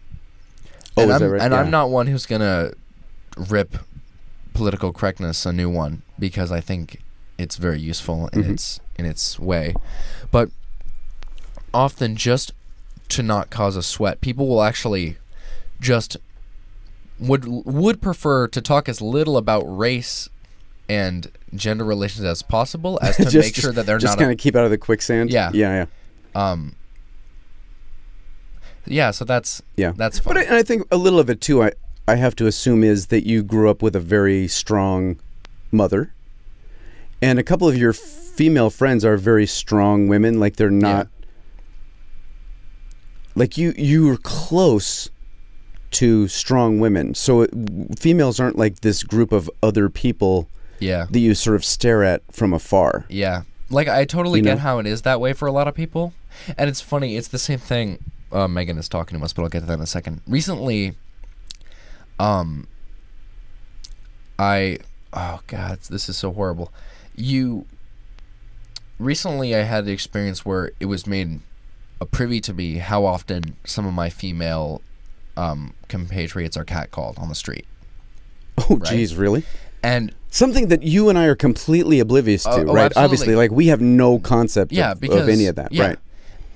Oh,
and
is
I'm,
that right?
And I'm
Yeah.
not one who's gonna rip political correctness a new one because I think it's very useful in
Mhm.
its in its way, but often just to not cause a sweat, people will actually just would would prefer to talk as little about race and gender relations as possible, as to
just,
make sure that they're
just
not.
kind of keep out of the quicksand.
Yeah.
yeah, yeah,
a- um, yeah, so that's
yeah.
that's fun.
But I, and I think a little of it too. I I have to assume is that you grew up with a very strong mother, and a couple of your female friends are very strong women. Like they're not. Like you, you were close to strong women. So it, females aren't like this group of other people
yeah,
that you sort of stare at from afar.
yeah. Like I totally
You
get
know?
how it is that way for a lot of people, and it's funny. It's the same thing. Uh, Megan is talking to us, but I'll get to that in a second. Recently, um, I oh god, this is so horrible. You recently, I had the experience where it was made a privy to me how often some of my female um, compatriots are catcalled on the street,
Oh,
Right.
geez, really?
and
Something that you and I are completely oblivious to,
Oh, oh,
right?
absolutely.
Obviously, like we have no concept
yeah,
of,
because
of any of that,
yeah.
right?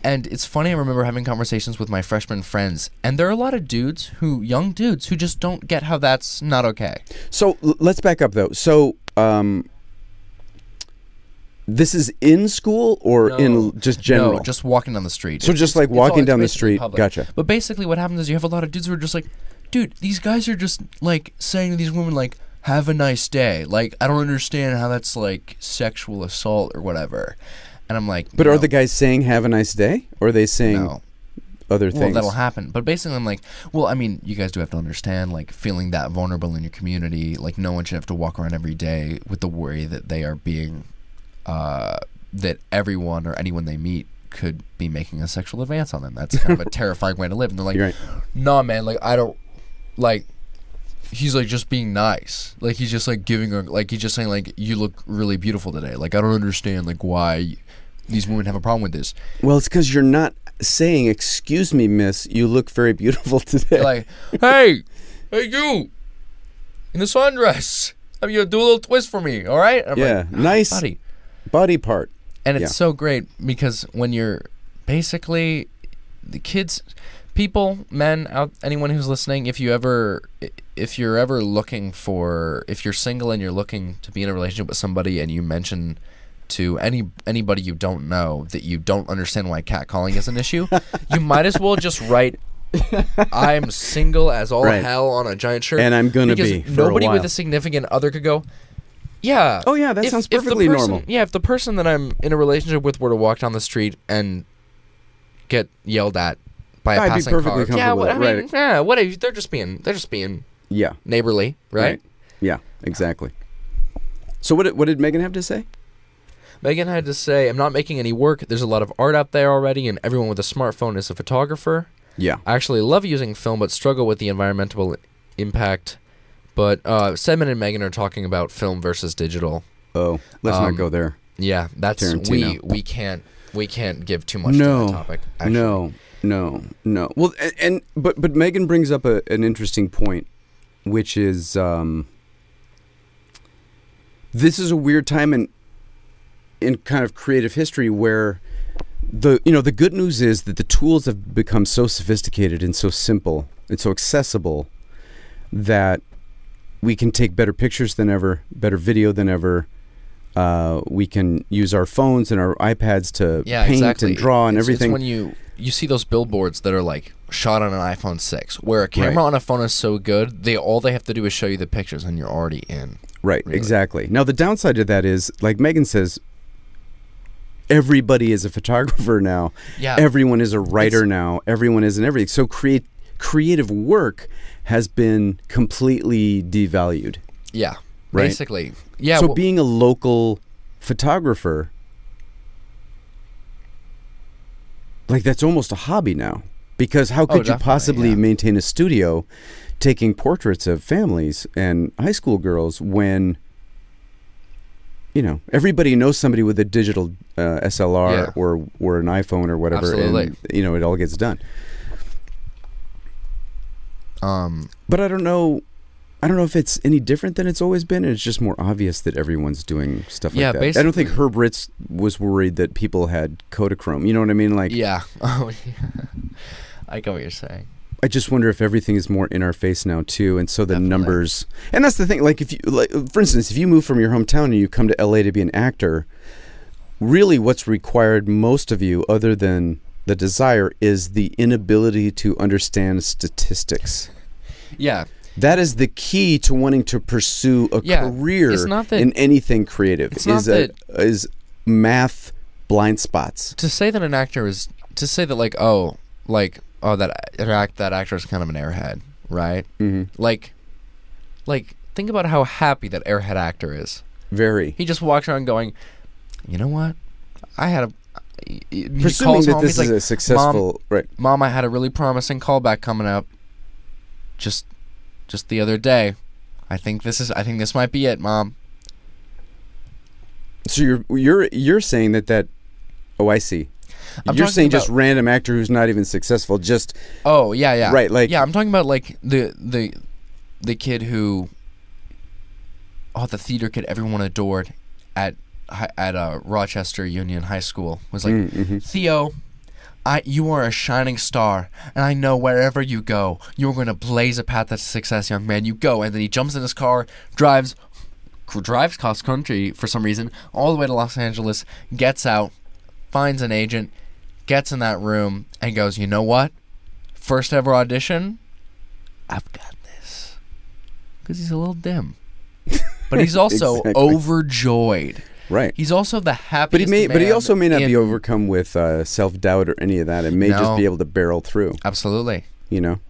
And it's funny. I remember having conversations with my freshman friends, and there are a lot of dudes who, young dudes, who just don't get how that's not okay.
So l- let's back up though. So um, this is in school or in
No.
l- just general?
No, just walking down the street.
so
It's-
just like
it's all-
walking
it's
down the
basically
street.
public.
Gotcha.
But basically, what happens is you have a lot of dudes who are just like, dude, these guys are just like saying to these women like, have a nice day. Like, I don't understand how that's like sexual assault or whatever. And I'm like,
But
no,
are the guys saying "Have a nice day" or are they saying
no.
other
Well,
things?
that'll happen. But basically, I'm like, well, I mean, you guys do have to understand, like, feeling that vulnerable in your community. Like, no one should have to walk around every day with the worry that they are being, uh, that everyone or anyone they meet could be making a sexual advance on them. That's kind of a terrifying way to live. And they're like,
You're right.
nah, man, like, I don't, like, he's like just being nice. Like, he's just like giving her, like, he's just saying, like, you look really beautiful today. Like, I don't understand, like, why these women have a problem with this.
Well, it's because you're not saying "Excuse me, miss. You look very beautiful today."
They're like, hey, hey, you, in the sundress. I mean, you do a little twist for me, all right? I'm
yeah,
like,
nice
"Ah, buddy.
body part.
And it's
Yeah.
so great because when you're basically the kids, people, men, out, anyone who's listening, if you ever, i- if you're ever looking for, if you're single and you're looking to be in a relationship with somebody and you mention to any anybody you don't know that you don't understand why catcalling is an issue, you might as well just write. I'm single as all
Right.
hell on a giant shirt,
And I'm gonna
because
be for a
nobody
while.
with a significant other could go. Yeah.
Oh, yeah, that sounds perfectly
the person,
normal.
Yeah, if the person that I'm in a relationship with were to walk down the street and get yelled at by a
I'd be
passing
perfectly
car, yeah,
comfortable
what, I
with it,
mean,
right.
yeah, what? if- They're just being, they're just being
Yeah.
neighborly, right?
Yeah, exactly. So what did, what did Megan have to say?
Megan had to say, "I'm not making any work. There's a lot of art out there already, and everyone with a smartphone is a photographer.
Yeah.
I actually love using film, but struggle with the environmental impact." But uh, Sedman and Megan are talking about film versus digital.
Oh, let's
Um,
not go there.
Yeah, that's we
Tarantino.
we can't we can't give too much to
No.
the topic. Actually.
No, no, no. Well, and, and but but Megan brings up a, an interesting point, which is um, this is a weird time in in kind of creative history where the you know the good news is that the tools have become so sophisticated and so simple and so accessible that we can take better pictures than ever, better video than ever. Uh, we can use our phones and our iPads to
yeah,
paint
exactly.
and draw and
It's- it's
everything.
when you you see those billboards that are like shot on an iPhone six, where a camera
Right.
on a phone is so good, they all they have to do is show you the pictures, and you're already in.
Right,
really.
exactly. Now the downside to that is, like Megan says, everybody is a photographer now.
Yeah,
Everyone is a writer now. Everyone is an everything. So create creative work has been completely devalued.
yeah,
Right.
basically, yeah.
so
well,
being a local photographer, like that's almost a hobby now. Because how could you
Oh, definitely,
possibly
yeah.
maintain a studio taking portraits of families and high school girls when you know everybody knows somebody with a digital uh, SLR
Yeah.
or or an iPhone or whatever,
Absolutely.
and you know it all gets done.
um,
But I don't know. I don't know if it's any different than it's always been. It's just more obvious that everyone's doing stuff like
Yeah,
that. I don't think Herb Ritz was worried that people had Kodachrome. You know what I mean? Like,
yeah. Oh, yeah. I get what you're saying.
I just wonder if everything is more in our face now too, and so the
Definitely.
numbers. And that's the thing. Like if you, like for instance, if you move from your hometown and you come to LA to be an actor, really, what's required most of you, other than the desire, is the inability to understand statistics.
Yeah.
That is the key to wanting to pursue a
Yeah,
career
it's not that-
in anything creative.
it's not
is a- is math blind spots.
To say that an actor is to say that like oh like oh that that act that actor is kind of an airhead, right?
hmm
Like, like think about how happy that airhead actor is.
Very.
He just walks around going, you know what? I had a. He
Presuming
calls
that
home.
this
He's
is
like,
a successful right.
Mom, I had a really promising callback coming up. Just, just the other day. I think this is. I think this might be it, Mom.
So you're you're you're saying that that oh I see.
I'm
you're
talking
saying just
about-
random actor who's not even successful. Just
Oh yeah, yeah.
Right, like-
yeah. I'm talking about like the the the kid who. Oh, the theater kid everyone adored at hi- at uh, Rochester Union High School was like
Mm, mhm.
Theo. I, you are a shining star, and I know wherever you go, you're going to blaze a path to success, young man. You go, and then he jumps in his car, drives, drives cross country for some reason, all the way to Los Angeles, gets out, finds an agent, gets in that room, and goes, you know what? First ever audition, I've got this. Because he's a little dim, but he's also
Exactly.
overjoyed.
right.
He's also the happiest.
But he may but he
man
also may not
in-
be overcome with uh, self doubt or any of that. It may just
No.
be able to barrel through.
Absolutely.
You know.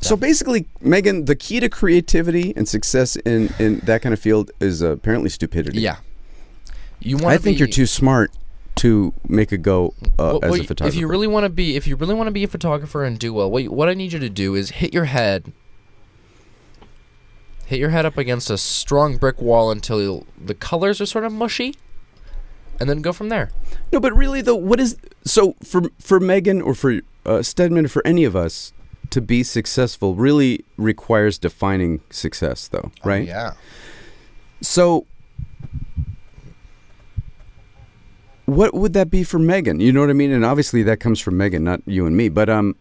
So basically, Megan, the key to creativity and success in, in that kind of field is apparently stupidity.
Yeah. You want
I think you're too smart to make a go uh, as a photographer.
If you really want to be if you really want to be a photographer and do well, what, you- what I need you to do is hit your head hit your head up against a strong brick wall until you'll- the colors are sort of mushy and then go from there.
No, but really though, what is so for for Megan or for uh, Stedman or for any of us to be successful really requires defining success, though, right?
yeah.
So, what would that be for Megan? You know what I mean? And obviously, that comes from Megan, not you and me. But um,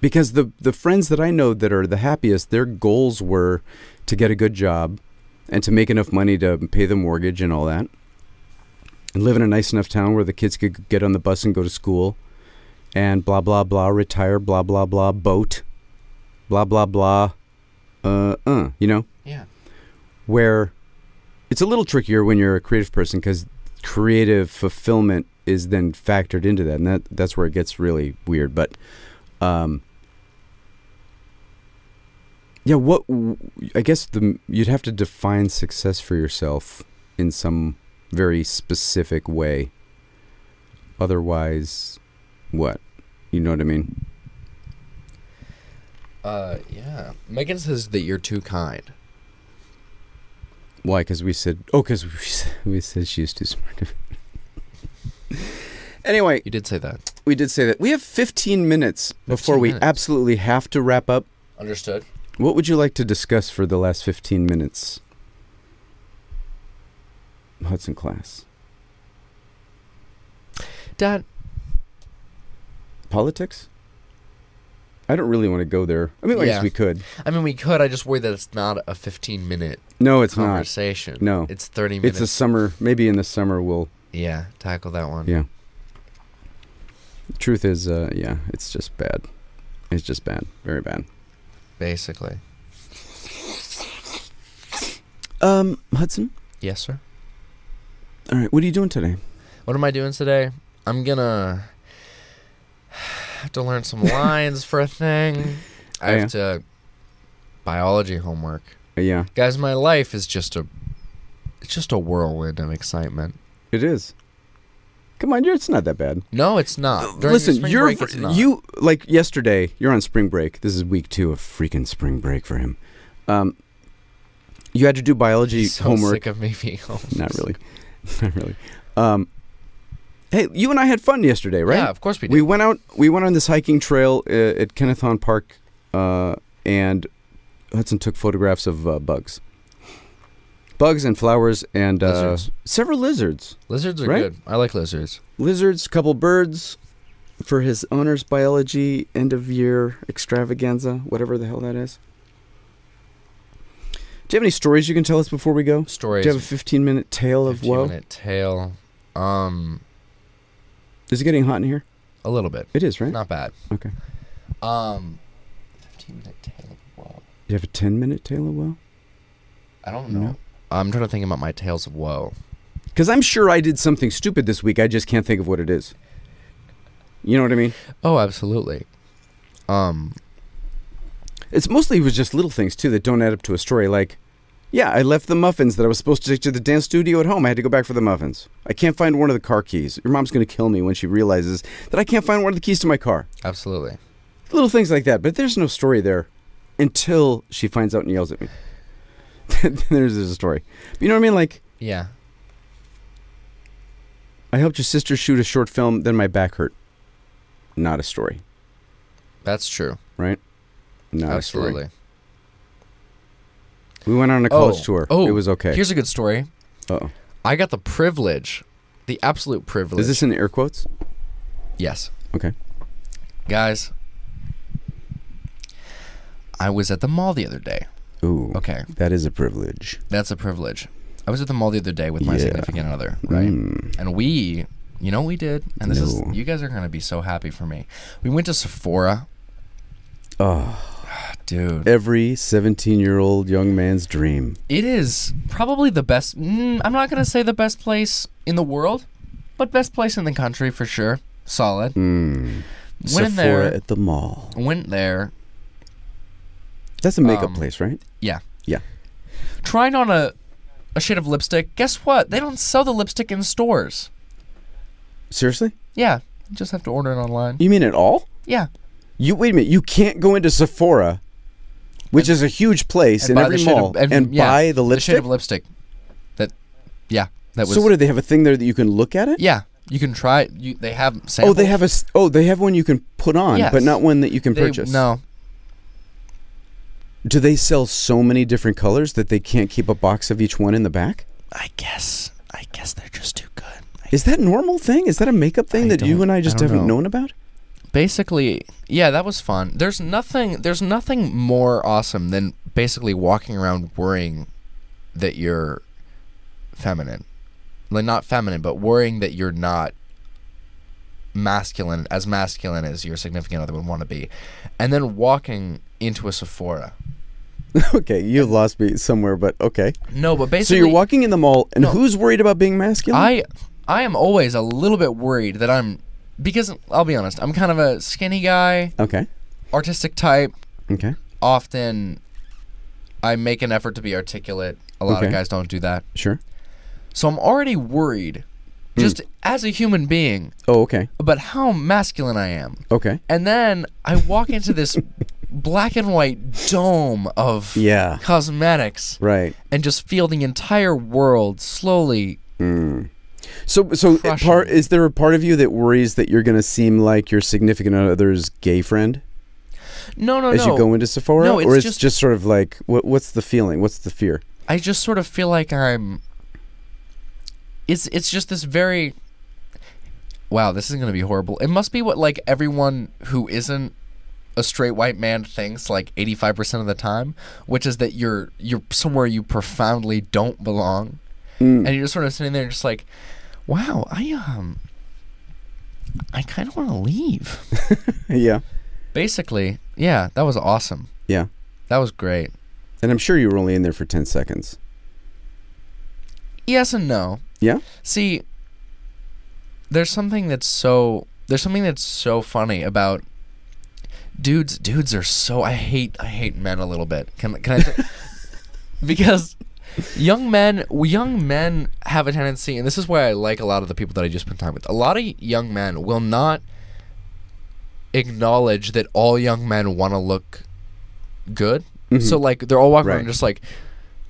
because the the friends that I know that are the happiest, their goals were to get a good job and to make enough money to pay the mortgage and all that, and live in a nice enough town where the kids could get on the bus and go to school, and blah blah blah, retire, blah blah blah, boat, blah blah blah, uh uh, you know
Yeah.
where it's a little trickier when you're a creative person because creative fulfillment is then factored into that, and that that's where it gets really weird. But, um, yeah, what I guess the you'd have to define success for yourself in some very specific way. Otherwise, what? You know what I mean?
Uh yeah. Megan says that you're too kind.
Why? Because we said, oh, because we said, we said she was too smart. anyway,
You did say that.
we did say that. We have 15 minutes before
15
we
minutes.
absolutely have to wrap up.
Understood.
What would you like to discuss for the last 15 minutes? Hudson class.
Dad,
Politics? I don't really want to go there. I mean, I guess
Yeah.
we could.
I mean we could, I just worry that it's not a 15 minute
No, it's not.
conversation.
No.
It's 30 minutes.
It's a summer. Maybe in the summer we'll.
yeah, tackle that one.
Yeah. Truth is, uh, yeah, it's just bad. It's just bad. Very bad.
Basically.
Um, Hudson?
Yes, sir.
All right, what are you doing today?
What am I doing today? I'm gonna have to learn some lines for a thing. I
Yeah.
have to biology homework.
Uh, yeah,
Guys, my life is just a it's just a whirlwind of excitement.
it is. Come on, you're, it's not that bad.
No, it's not. During
Listen,
spring
you're
break, it's not.
you like yesterday. You're on spring break. This is week two of freaking spring break for him. Um, you had to do biology
so
homework.
sick of me being home.
Not really, not really. Um, hey, you and I had fun yesterday, right?
Yeah, of course we did.
we went out. We went on this hiking trail uh, at Kennethon Park, uh, and Hudson took photographs of uh, bugs, bugs and flowers, and uh,
Lizards.
several lizards,
lizards are
right?
good. I like lizards.
lizards, couple birds, for his honors biology end of year extravaganza, whatever the hell that is. Do you have any stories you can tell us before we go? Do
Stories.
you have a 15 minute tale of
15
woe?
minute tale. Um,
Is it getting hot in here?
a little bit.
It is, right?
Not bad.
Okay.
Um, fifteen minute tale of woe.
Do you have a 10 minute tale of woe?
I don't
No.
know. I'm trying to think about my tales of woe.
Because I'm sure I did something stupid this week. I just can't think of what it is. You know what I mean?
Oh, absolutely. Um,
It's mostly it was just little things too that don't add up to a story. Like, yeah, I left the muffins that I was supposed to take to the dance studio at home. I had to go back for the muffins. I can't find one of the car keys. Your mom's gonna kill me when she realizes that I can't find one of the keys to my car.
absolutely.
Little things like that, but there's no story there until she finds out and yells at me. then there's a story. But you know what I mean? Like,
Yeah.
I helped your sister shoot a short film, then my back hurt. Not a story.
That's true.
Not a story.
Absolutely.
We went on a college
Oh,
tour.
oh,
it was okay.
Here's a good story.
Uh-oh.
I got the privilege, the absolute privilege.
Is this in air quotes?
Yes.
Okay.
Guys, I was at the mall the other day.
Ooh.
Okay,
That is a privilege.
that's a privilege. I was at the mall the other day with my
Yeah.
significant other, right?
Mm.
And we, you know, what we did, and this
No.
is, you guys are gonna be so happy for me. We went to Sephora,
Oh,
dude.
every 17 year old young man's dream.
It is probably the best. Mm, I'm not gonna say the best place in the world, but best place in the country for sure. Solid.
Mm.
Went
Sephora
in there.
at the mall.
Went there.
That's a makeup
Um,
place, right?
Tried on a a shade of lipstick. Guess what? They don't sell the lipstick in stores.
Seriously?
Yeah, you just have to order it online.
You mean at all?
Yeah.
You wait a minute. You can't go into Sephora, which is a huge place
and
in
buy
every
the shade
mall,
of- and-
and
yeah,
buy the
The shade
lipstick.
of lipstick. That, yeah, that was.
so what do they have a thing there that you can look at it?
yeah, you can try. it. You they have samples.
Oh, they have a s- oh they have one you can put on, but
Yes.
not one that you can
They-
purchase.
No,
Do they sell so many different colors that they can't keep a box of each one in the back?
I guess I guess they're just too good.
Is that a normal thing? Is that a makeup thing
I
that you
don't-
and I
I
just
don't
haven't
know.
known about?
basically yeah that was fun there's nothing there's nothing more awesome than basically walking around worrying that you're feminine like not feminine but worrying that you're not masculine as masculine as your significant other would want to be and then walking into a sephora
Okay, you've lost me somewhere, but okay.
no but
So
basically
you're walking in the mall, and
No.
who's worried about being masculine?
i i am always a little bit worried that i'm because i'll be honest i'm kind of a skinny guy
okay,
artistic type
okay.
often I make an effort to be articulate. A lot
Okay.
of guys don't do that.
Sure.
So I'm already worried
Hmm.
just as a human being
Oh, okay,
about how masculine I am.
okay.
And then I walk into this black and white dome of
Yeah.
cosmetics
Right.
and just feel the entire world slowly
So, so it
Crushing.
part is there a part of you that worries that you're going to seem like your significant other's gay friend
No, no,
as
no.
you go into Sephora,
No,
or
it's
it's just,
just-
sort of like what, what's the feeling? What's the fear?
I just sort of feel like I'm. It's it's just this very. Wow, this is gonna be horrible. It must be what like everyone who isn't a straight white man thinks like eighty five percent of the time, which is that you're you're somewhere you profoundly don't belong, and you're just sort of sitting there just like, wow, I um, I kind of want to leave.
yeah,
Basically, yeah, that was awesome.
yeah.
That was great.
And I'm sure you were only in there for ten seconds.
Yes and no.
Yeah.
See, there's something that's so there's something that's so funny about dudes. Dudes are so I hate I hate men a little bit. Can can I? say- because young men young men have a tendency, and this is why I like a lot of the people that I just spent time with. A lot of young men will not acknowledge that all young men want to look good. So like they're all walking around
Right.
just like,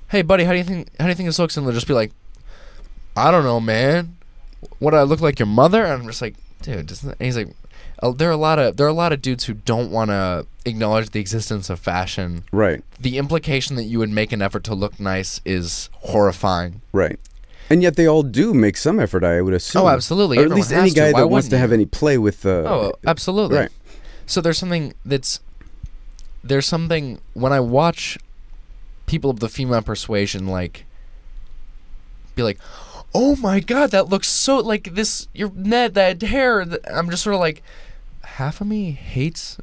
"Hey buddy, how do you think how do you think this looks?" And they'll just be like, "I don't know, man. What do I look like your mother?" And I'm just like, "Dude," doesn't and he's like, oh, "There are a lot of there are a lot of dudes who don't want to acknowledge the existence of fashion.
Right,
The implication that you would make an effort to look nice is horrifying."
right. And yet they all do make some effort, I would assume.
Oh, absolutely.
Or at
Everyone
least any
has to.
guy
Why
that wants
wouldn't
to have
you?
any play with. Uh,
Oh, absolutely.
Right.
So there's something that's there's something when I watch people of the female persuasion like be like, "Oh my god, that looks so like this your net that hair." th- I'm just sort of like half of me hates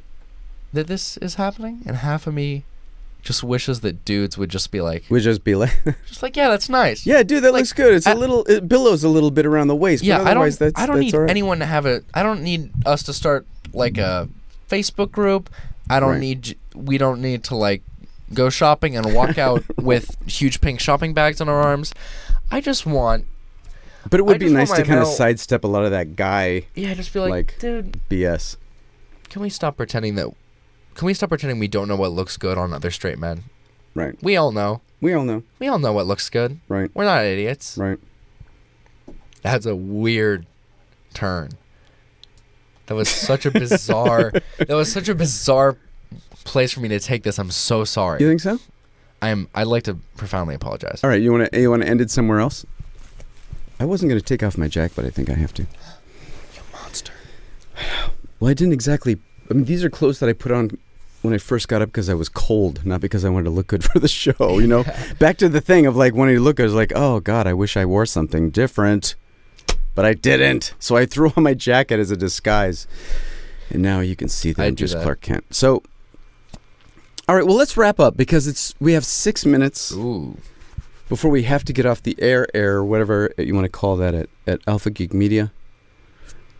that this is happening and half of me just wishes that dudes would just be like
Would just be like,
just like, "Yeah, that's nice."
yeah, dude, that looks good. It's
I-
a little, it billows a little bit around the waist.
Yeah,
but
I don't.
otherwise that's,
I don't
that's
need
all right.
anyone to have a. I don't need us to start like a Facebook group. I don't
Right.
need need. j- We don't need to like go shopping and walk out with huge pink shopping bags on our arms. I just want.
But it would
I
be
just
nice
want
to
my
kind of
male-
sidestep a lot of that guy
Yeah, just be like,
Like-
dude,
BS.
can we stop pretending that? Can we stop pretending we don't know what looks good on other straight men?
Right.
We all know.
We all know.
We all know what looks good.
Right.
We're not idiots.
Right.
That's a weird turn. That was such a bizarre. that was such a bizarre place for me to take this. I'm so sorry.
You think so?
I'm. I'd like to profoundly apologize.
All right. You want to? You want to end it somewhere else? I wasn't going to take off my jack, but I think I have to.
Monster.
Well, I didn't exactly. I mean, these are clothes that I put on when I first got up because I was cold, not because I wanted to look good for the show. You know, back to the thing of like wanting to look good. I was like, oh God, I wish I wore something different, but I didn't. So I threw on my jacket as a disguise, and now you can see that
I
I'm
do
just
that.
Clark Kent. So, all right, well, let's wrap up because it's we have six minutes
Ooh.
before we have to get off the air air whatever you want to call that at, at alpha geek media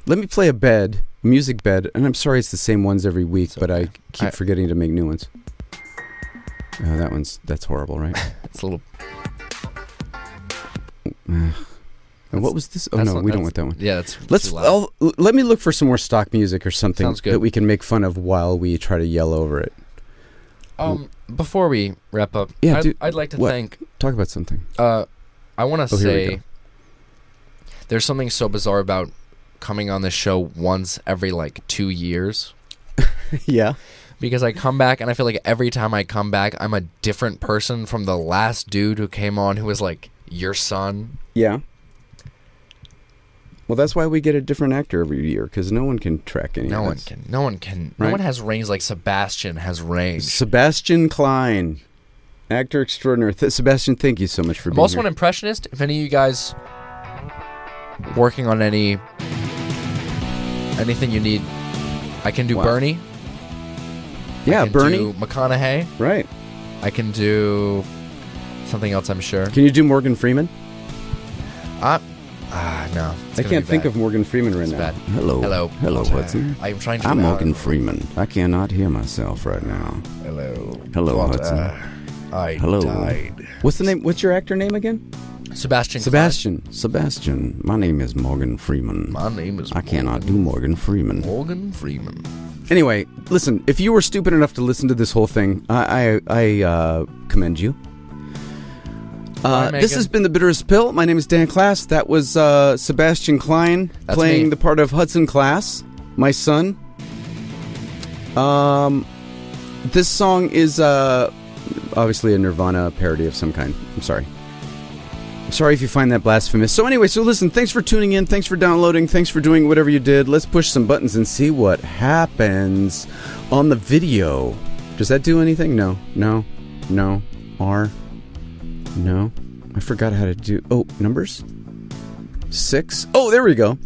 let me play a bed music bed and i'm sorry it's the same ones every week
It's
but i
okay.
keep
I-
forgetting to make new ones oh that one's that's horrible right
It's a little.
and what was this oh
that's
no
not-
we don't want
that's-
that one
Yeah, that's.
let's
too loud.
I'll, l- let me look for some more stock music or something
Sounds good.
that we can make fun of while we try to yell over it
um. Before we wrap up,
Yeah,
I'd,
dude,
I'd like to
what?
thank.
talk about something
Uh, I want to
Oh, here we
say.
go.
There's something so bizarre about coming on this show once every like two years.
yeah
because I come back and I feel like every time I come back, I'm a different person from the last dude who came on who was like your son.
yeah well that's why we get a different actor every year because no one can track any
No
of
one
this.
can. No one can. No
Right.
one has range like Sebastian has range.
Sebastian Klein, actor extraordinaire. Th- Sebastian, thank you so much for
I'm
being
also an
here.
impressionist. If any of you guys working on any anything you need, I can do
Wow.
Bernie. I
yeah,
can
Bernie.
do McConaughey.
Right.
I can do something else. I'm sure.
Can you do Morgan Freeman?
Ah, ah, no. it's
I
gonna be
can't think
bad.
of Morgan Freeman right
It's
now.
bad.
Hello.
Hello.
Hello,
Walter.
Hudson.
I'm trying to. uh,
I'm
do that.
Morgan Freeman. I cannot hear myself right now.
Hello.
Hello,
Walter.
Hudson.
I
Hello.
died.
What's the name? What's your actor name again?
Sebastian.
Sebastian. Sebastian. My name is Morgan Freeman.
Klein. My name is.
I cannot do Morgan Freeman.
Morgan Freeman.
Anyway, listen, if you were stupid enough to listen to this whole thing, I, I, I uh, commend you. Uh,
Bye,
this
Megan.
has been The Bitterest Pill. My name is Dan Class. That was uh, Sebastian Klein
That's
playing
me.
the part of Hudson Class, my son. Um, this song is uh, obviously a Nirvana parody of some kind. I'm sorry. I'm sorry if you find that blasphemous. So, anyway, so listen, thanks for tuning in. Thanks for downloading. Thanks for doing whatever you did. Let's push some buttons and see what happens on the video. Does that do anything? No. No. No. R. No. I forgot how to do. Oh, numbers? Six. Oh, there we go.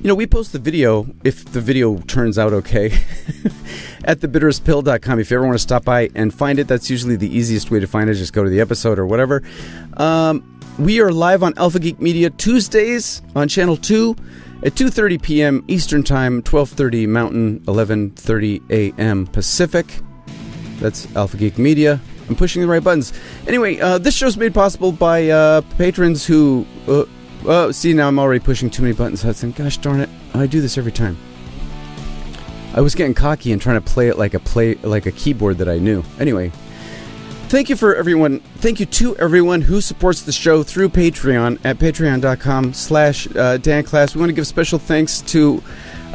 You know, we post the video if the video turns out okay at thebitterestpill.com. If you ever want to stop by and find it, that's usually the easiest way to find it. Just go to the episode or whatever. Um, we are live on Alpha Geek Media Tuesdays on Channel 2 at 2.30 p.m. Eastern Time, 12.30 Mountain, 11.30 a.m. Pacific. That's Alpha Geek Media. I'm pushing the right buttons. Anyway, uh, this show's made possible by uh, patrons who. Uh, oh, see, now I'm already pushing too many buttons, Hudson. Gosh darn it. I do this every time. I was getting cocky and trying to play it like a play like a keyboard that I knew. Anyway, thank you for everyone. Thank you to everyone who supports the show through Patreon at patreon.com slash uh, Dan Class. We want to give special thanks to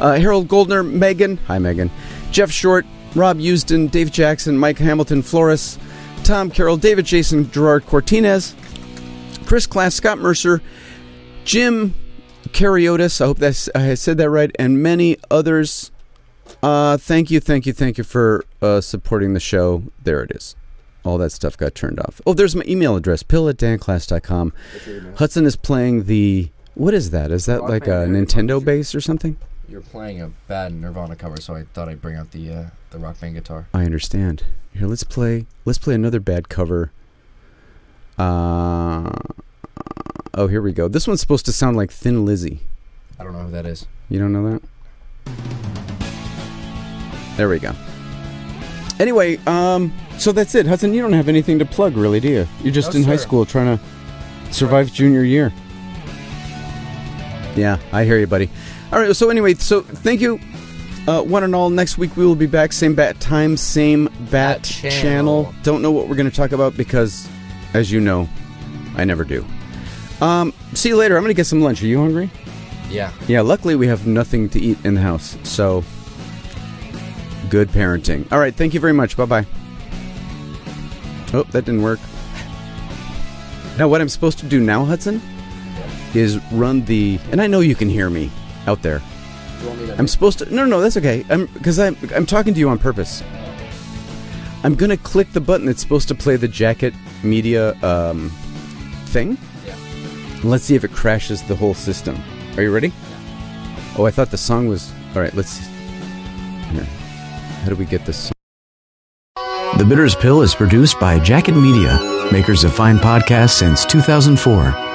uh, Harold Goldner, Megan, hi Megan, Jeff Short, Rob Usden, Dave Jackson, Mike Hamilton Flores, Tom Carroll, David Jason, Gerard Cortinez, Chris Class, Scott Mercer, Jim Cariotis. I hope that's I said that right, and many others. Uh, thank you, thank you, thank you for uh, supporting the show. There it is. All that stuff got turned off. Oh, there's my email address, pill at danclass.com. Hudson is playing the. What is that? Is that like a Nintendo bass or something?
You're playing a bad Nirvana cover, so I thought I'd bring out the uh, the rock band guitar.
I understand. Here, let's play. Let's play another bad cover. Uh, oh, here we go. This one's supposed to sound like Thin Lizzy.
I don't know who that is.
You don't know that? There we go. Anyway, um, so that's it, Hudson. You don't have anything to plug, really, do you? You're just
No,
in high
sir.
school trying to survive junior year. Yeah, I hear you, buddy. All right. So anyway, so thank you, uh, one and all. Next week we will be back, same bat time, same bat
Bat
channel.
channel.
Don't know what we're going to talk about because, as you know, I never do. Um, see you later. I'm going to get some lunch. Are you hungry?
Yeah.
Yeah, luckily we have nothing to eat in the house, so good parenting. All right, thank you very much. Bye bye. Oh, that didn't work. Now, what I'm supposed to do now, Hudson, is run the. And I know you can hear me out there. I'm supposed to. No, no, that's okay. I'm because I'm I'm talking to you on purpose. I'm gonna click the button that's supposed to play the jacket media um, thing.
Yeah.
Let's see if it crashes the whole system. Are you ready? Oh, I thought the song was. All right, let's. Here. How do we get this?
The Bitter's Pill is produced by Jacket Media, makers of fine podcasts since 2004.